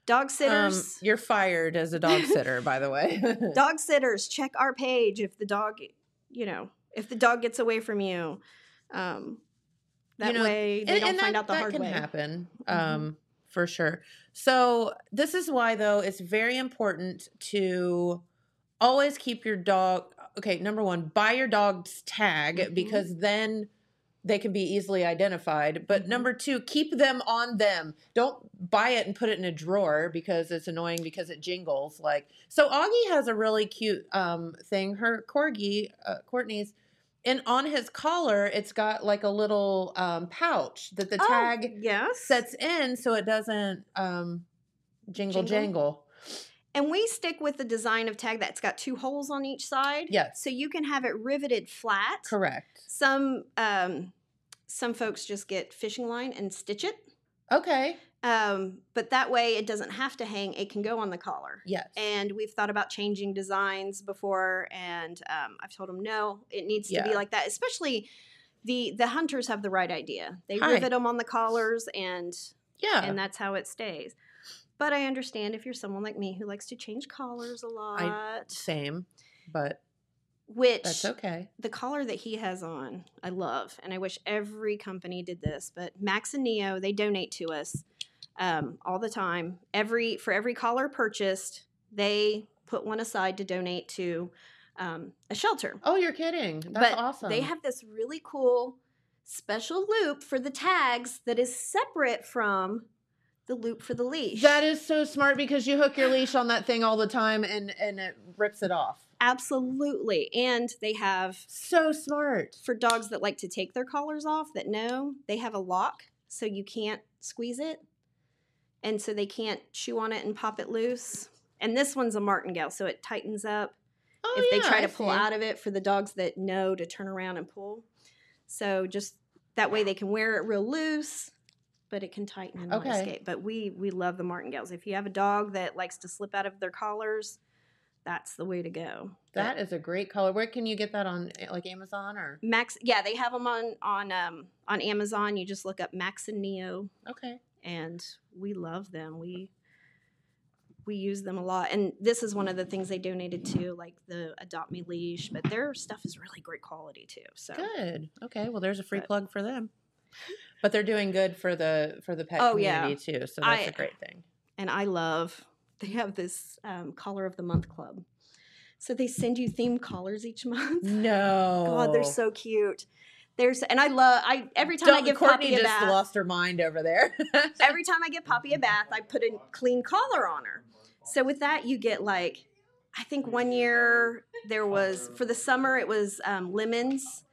dog sitters. Um, [LAUGHS] you're fired as a dog sitter, by the way. [LAUGHS] [LAUGHS] dog sitters check our page if the dog you know if the dog gets away from you um that know, way they And- don't and find that- out the that hard can way happen [LAUGHS] Mhm. um, for sure. So this is why, though, it's very important to always keep your dog. Okay, number one, buy your dog's tag Mhm. because then they can be easily identified. But number two, keep them on them. Don't buy it and put it in a drawer because it's annoying because it jingles. Like so, Augie has a really cute um, thing. Her corgi, uh, Courtney's. And on his collar, it's got like a little um, pouch that the Oh, tag yes sets in so it doesn't um jingle Jingle? jangle. and we stick with the design of tag that's got two holes on each side Yes. so you can have it riveted flat Correct. some um some folks just get fishing line and stitch it Okay. um but that way it doesn't have to hang it can go on the collar Yes. and we've thought about changing designs before and um, i've told them no it needs to be Yeah. like that especially the the hunters have the right idea they Hi. rivet them on the collars and yeah. and that's how it stays but i understand if you're someone like me who likes to change collars a lot Same. But which That's okay. the collar that he has on, I love, and I wish every company did this. But Max and Neo, they donate to us um, all the time. Every for every collar purchased, they put one aside to donate to um, a shelter. Oh, you're kidding. That's but awesome. They have this really cool special loop for the tags that is separate from the loop for the leash. That is so smart because you hook your leash on that thing all the time and and it rips it off. absolutely, and they have So smart. for dogs that like to take their collars off that know they have a lock so you can't squeeze it and so they can't chew on it and pop it loose and this one's a martingale so it tightens up Oh, if they yeah, try I to pull see. out of it for the dogs that know to turn around and pull so just that way they can wear it real loose but it can tighten and not Okay. escape but we we love the martingales if you have a dog that likes to slip out of their collars that's the way to go But- That is a great color. Where can you get that on eh, like Amazon or Max, yeah, they have them on on um, on Amazon. You just look up Max and Neo, Okay. and we love them. We we use them a lot, and this is one of the things they donated to, like the Adopt Me leash. But their stuff is really great quality too. So, Good. Okay. Well, there's a free But- plug for them. But they're doing good for the for the pet Oh, yeah. community too. So I- that's a great thing. and I love they have this um, collar of the month club. So they send you themed collars each month. No. God, they're so cute. There's and I love I every time I Don't- give Courtney Poppy a just bath. lost her mind over there. every time I give Poppy a bath, I put a clean collar on her. So with that, you get like, I think one year there was for the summer it was um, lemons,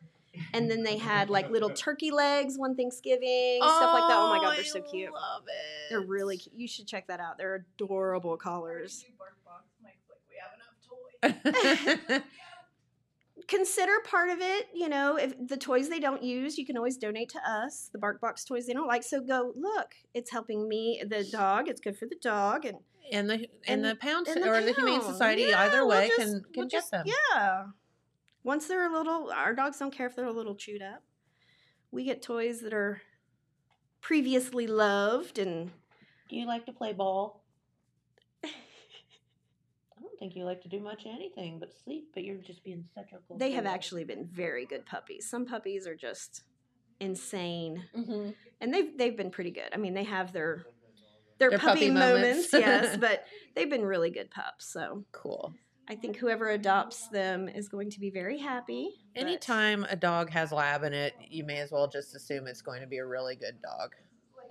and then they had like little turkey legs one Thanksgiving stuff like that. Oh my god, they're so I cute. love it. They're really cute. You should check that out. They're adorable collars. [LAUGHS] [LAUGHS] Consider part of it, you know, if the toys they don't use, you can always donate to us. The BarkBox toys they don't like, so go look. It's helping me, the dog. It's good for the dog, and and the and, And- the pound and the or the humane pound. society Yeah, either we'll way just- can can we'll get just- them. Yeah. Once they're a little, our dogs don't care if they're a little chewed up. We get toys that are previously loved, and Do you like to play [LAUGHS] ball? I don't think you like to do much anything but sleep. But you're just being such a they have actually been very good puppies. Some puppies are just insane, Mm-hmm. and they've they've been pretty good. I mean, they have their their, Their puppy, puppy moments. [LAUGHS] moments, yes, but they've been really good pups. So Cool. I think whoever adopts them is going to be very happy. but- Anytime a dog has lab in it, you may as well just assume it's going to be a really good dog.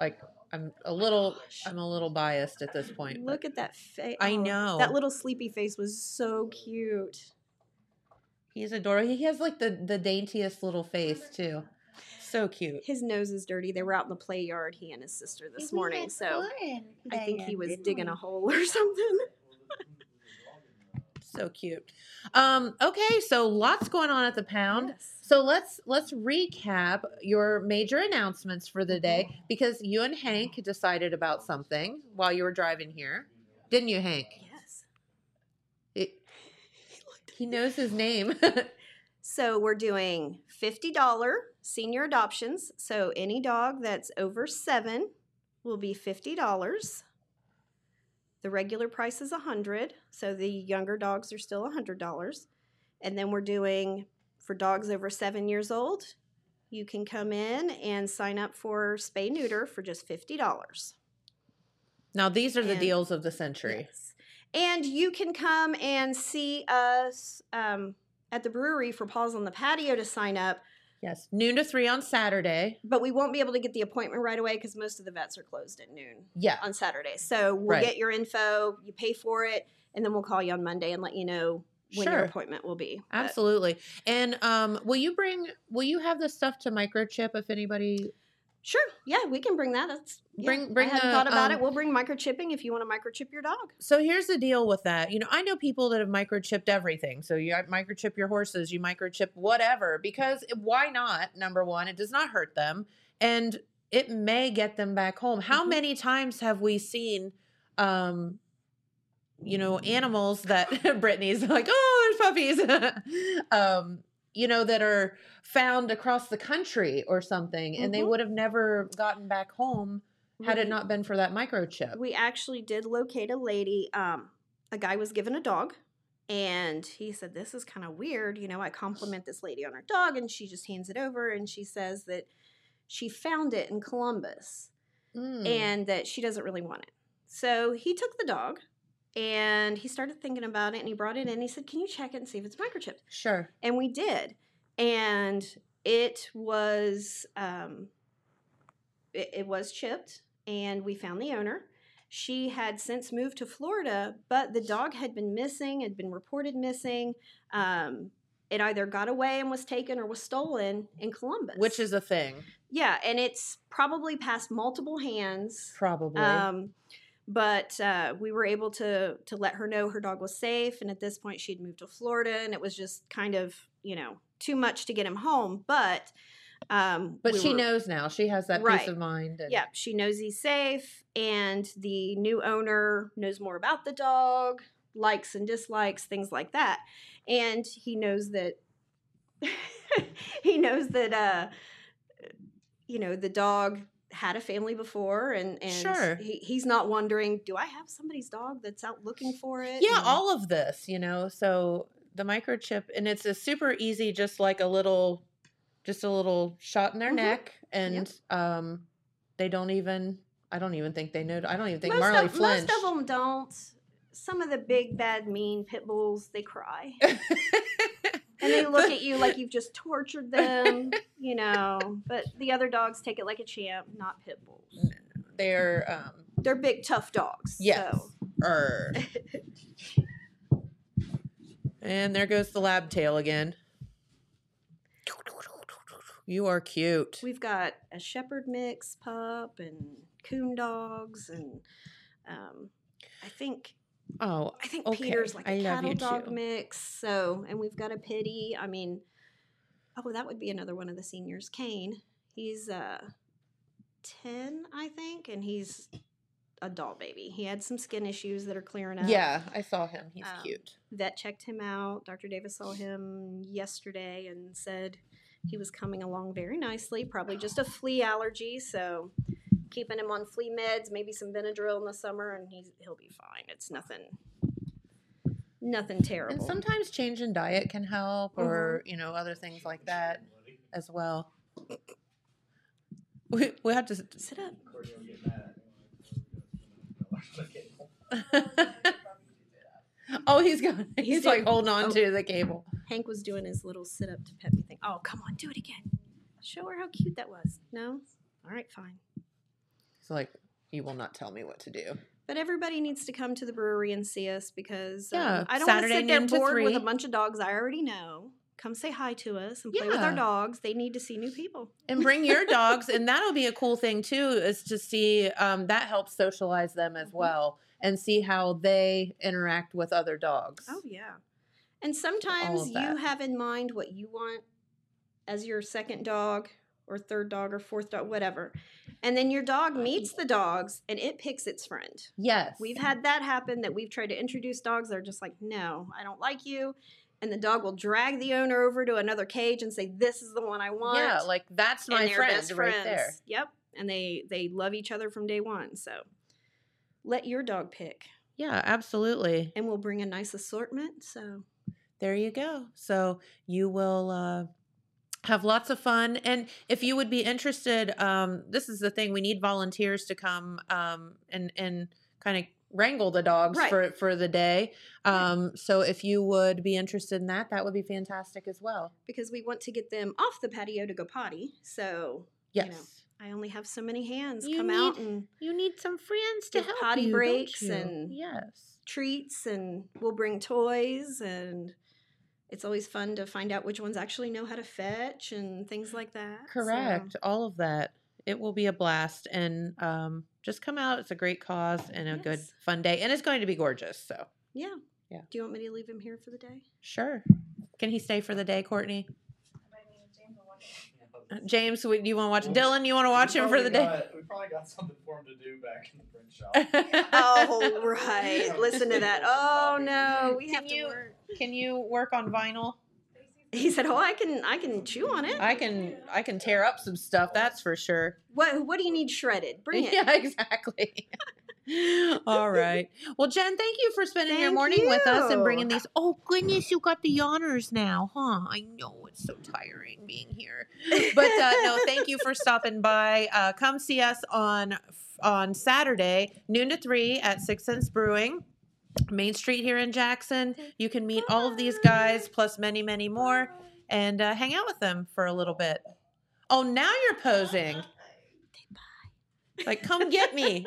Like I'm a little, I'm a little biased at this point. but- Look at that face. I know. that little sleepy face was so cute. He's adorable. He has like the the daintiest little face too. So cute. His nose is dirty. They were out in the play yard, he and his sister, this morning. So I think he was digging a hole or [LAUGHS] something. So cute. Um, okay, so lots going on at the pound. So let's let's recap your major announcements for the day because you and Hank decided about something while you were driving here, didn't you, Hank? Yes. It- he knows his name. So we're doing $50 senior adoptions. So any dog that's over seven will be $50. The regular price is 100 So the younger dogs are still $100. And then we're doing for dogs over seven years old, you can come in and sign up for spay neuter for just $50. now these are the And- deals of the century. Yes. And you can come and see us um, at the brewery for Paws on the Patio to sign up, Yes, noon to three on Saturday. but we won't be able to get the appointment right away because most of the vets are closed at noon Yeah, on Saturday. So we'll Right. get your info, you pay for it, and then we'll call you on Monday and let you know when your Sure. appointment will be. But absolutely. And um, will you bring? Will you have the stuff to microchip if anybody? Sure. Yeah, we can bring that. That's yeah, Bring- bring I hadn't the, thought about um, it. We'll bring microchipping if you want to microchip your dog. So here's the deal with that. You know, I know people that have microchipped everything. So you microchip your horses, you microchip whatever, because why not? Number one, it does not hurt them, and it may get them back home. How Mhm. many times have we seen? um you know animals that [LAUGHS] brittany's like oh there's puppies um you know that are found across the country or something and they Mhm. would have never gotten back home had it Mm-hmm. We- not been for that microchip We actually did locate a lady. Um, a guy was given a dog, And he said, This is kind of weird. You know, I compliment this lady on her dog, and she just hands it over and she says that she found it in Columbus Mm. and that she doesn't really want it. So he took the dog and he started thinking about it and he brought it in. He said, Can you check it and see if it's microchipped? sure. And we did. And it was um it, it was chipped and we found the owner. She had since moved to Florida, but the dog had been missing, had been reported missing. Um it either got away and was taken or was stolen in Columbus. Which is a thing, yeah, and it's probably passed multiple hands. probably. Um, but uh, we were able to to let her know her dog was safe, and at this point she'd moved to Florida, and it was just kind of you know too much to get him home. But um, but we she were- knows now. She has that Right. peace of mind. And, Yeah, she knows he's safe, and the new owner knows more about the dog, likes and dislikes, things like that, and he knows that [LAUGHS] he knows that uh, you know the dog had a family before, and and Sure. he, he's not wondering, do I have somebody's dog that's out looking for it? yeah And- all of this you know so the microchip and it's a super easy just like a little just a little shot in their Mhm. neck and um they don't even i don't even think they know i don't even think most marley of, flinched most of them don't. Some of the big bad mean pit bulls [LAUGHS] they cry. And they look at you like you've just [LAUGHS] tortured them, you know. But the other dogs take it like a champ, not pit bulls. they're um They're big, tough dogs. yes So. [LAUGHS] Err. and there goes the lab tail again you are cute We've got a shepherd mix pup and coon dogs, and um, I think oh I think Okay, Peter's like a I love cattle you dog too. mix. So, and we've got a pity. I mean, oh, that would be another one of the seniors. Kane, he's uh, ten, I think, and he's a doll baby. He had some skin issues that are clearing up. yeah i saw him he's Um, cute vet checked him out. Dr. Davis saw him yesterday and said he was coming along very nicely, probably just a flea allergy. So keeping him on flea meds, maybe some Benadryl in the summer, and he's, he'll be fine. It's nothing, nothing terrible. And sometimes change in diet can Mm-hmm. help, or you know, other things like that as well. We we have to s- Sit up. [LAUGHS] oh, he's going. He's, He's like doing- holding on oh. to the cable. Hank was doing his little sit up to pet me thing. Oh, come on, do it again. Show her how cute that was. No? All right, fine. He's like, you will not tell me what to do. But everybody needs to come to the brewery and see us because um, Yeah, I don't want to Saturday sit there noon to bored with a three. bunch of dogs I already know. Come say hi to us and play with our Yeah. dogs. They need to see new people. And bring your dogs, and that'll be a cool thing too. Is to see um, that helps socialize them as Mhm. well, and see how they interact with other dogs. Oh yeah. And sometimes of you that. have in mind what you want as your second dog or third dog or fourth dog, whatever. And then your dog meets the dogs and it picks its friend. Yes, We've had that happen that we've tried to introduce dogs. They're just like, no, I don't like you. And the dog will drag the owner over to another cage and say, this is the one I want. yeah, like that's and my they're friend right there. Yep. And they they love each other from day one. So let your dog pick, Yeah, absolutely. and we'll bring a nice assortment. So there you go. So you will uh, have lots of fun. And if you would be interested, um, this is the thing we need volunteers to come um, and and kind of wrangle the dogs Right. for for the day. Um, so if you would be interested in that, that would be fantastic as well. because we want to get them off the patio to go potty, so You Yes. know, I only have so many hands. You Come need- out and You need some friends to Give help potty you, don't breaks you? and- yes. treats, and we'll bring toys, and it's always fun to find out which ones actually know how to fetch and things like that. so- Correct. All of that. It will be a blast. And um, just come out. It's a great cause and a good, Yes. fun day. And it's going to be gorgeous. So, yeah. Yeah. Do you want me to leave him here for the day? sure. Can he stay for the day, Courtney? Uh, James, we- do you want to watch? Dylan, you want to watch him for the day? we probably got something for him to do back in the print shop. Oh right. [LAUGHS] Listen to that. Oh no, we Can have you- to work. Can you work on vinyl? He said, "Oh, I can I can chew on it. I can I can tear up some stuff, that's for sure. [LAUGHS] What what do you need shredded? Bring it." Yeah, exactly. All right. Well, Jen, thank you for spending your Thank morning with us and you. bringing these. Oh, goodness, you got the honors now, huh? I know it's so tiring being here. But uh, [LAUGHS] no, thank you for stopping by. Uh, come see us on on Saturday, noon to three at Six Sense Brewing. Main Street here in Jackson. You can meet all of these guys, plus many, many more, and uh, hang out with them for a little bit. Oh, now you're posing. Like, come get me.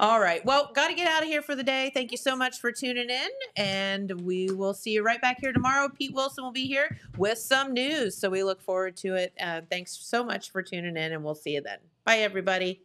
all right. Well, got to get out of here for the day. Thank you so much for tuning in, and we will see you right back here tomorrow. Pete Wilson will be here with some news, so we look forward to it. Uh, thanks so much for tuning in, and we'll see you then. Bye, everybody.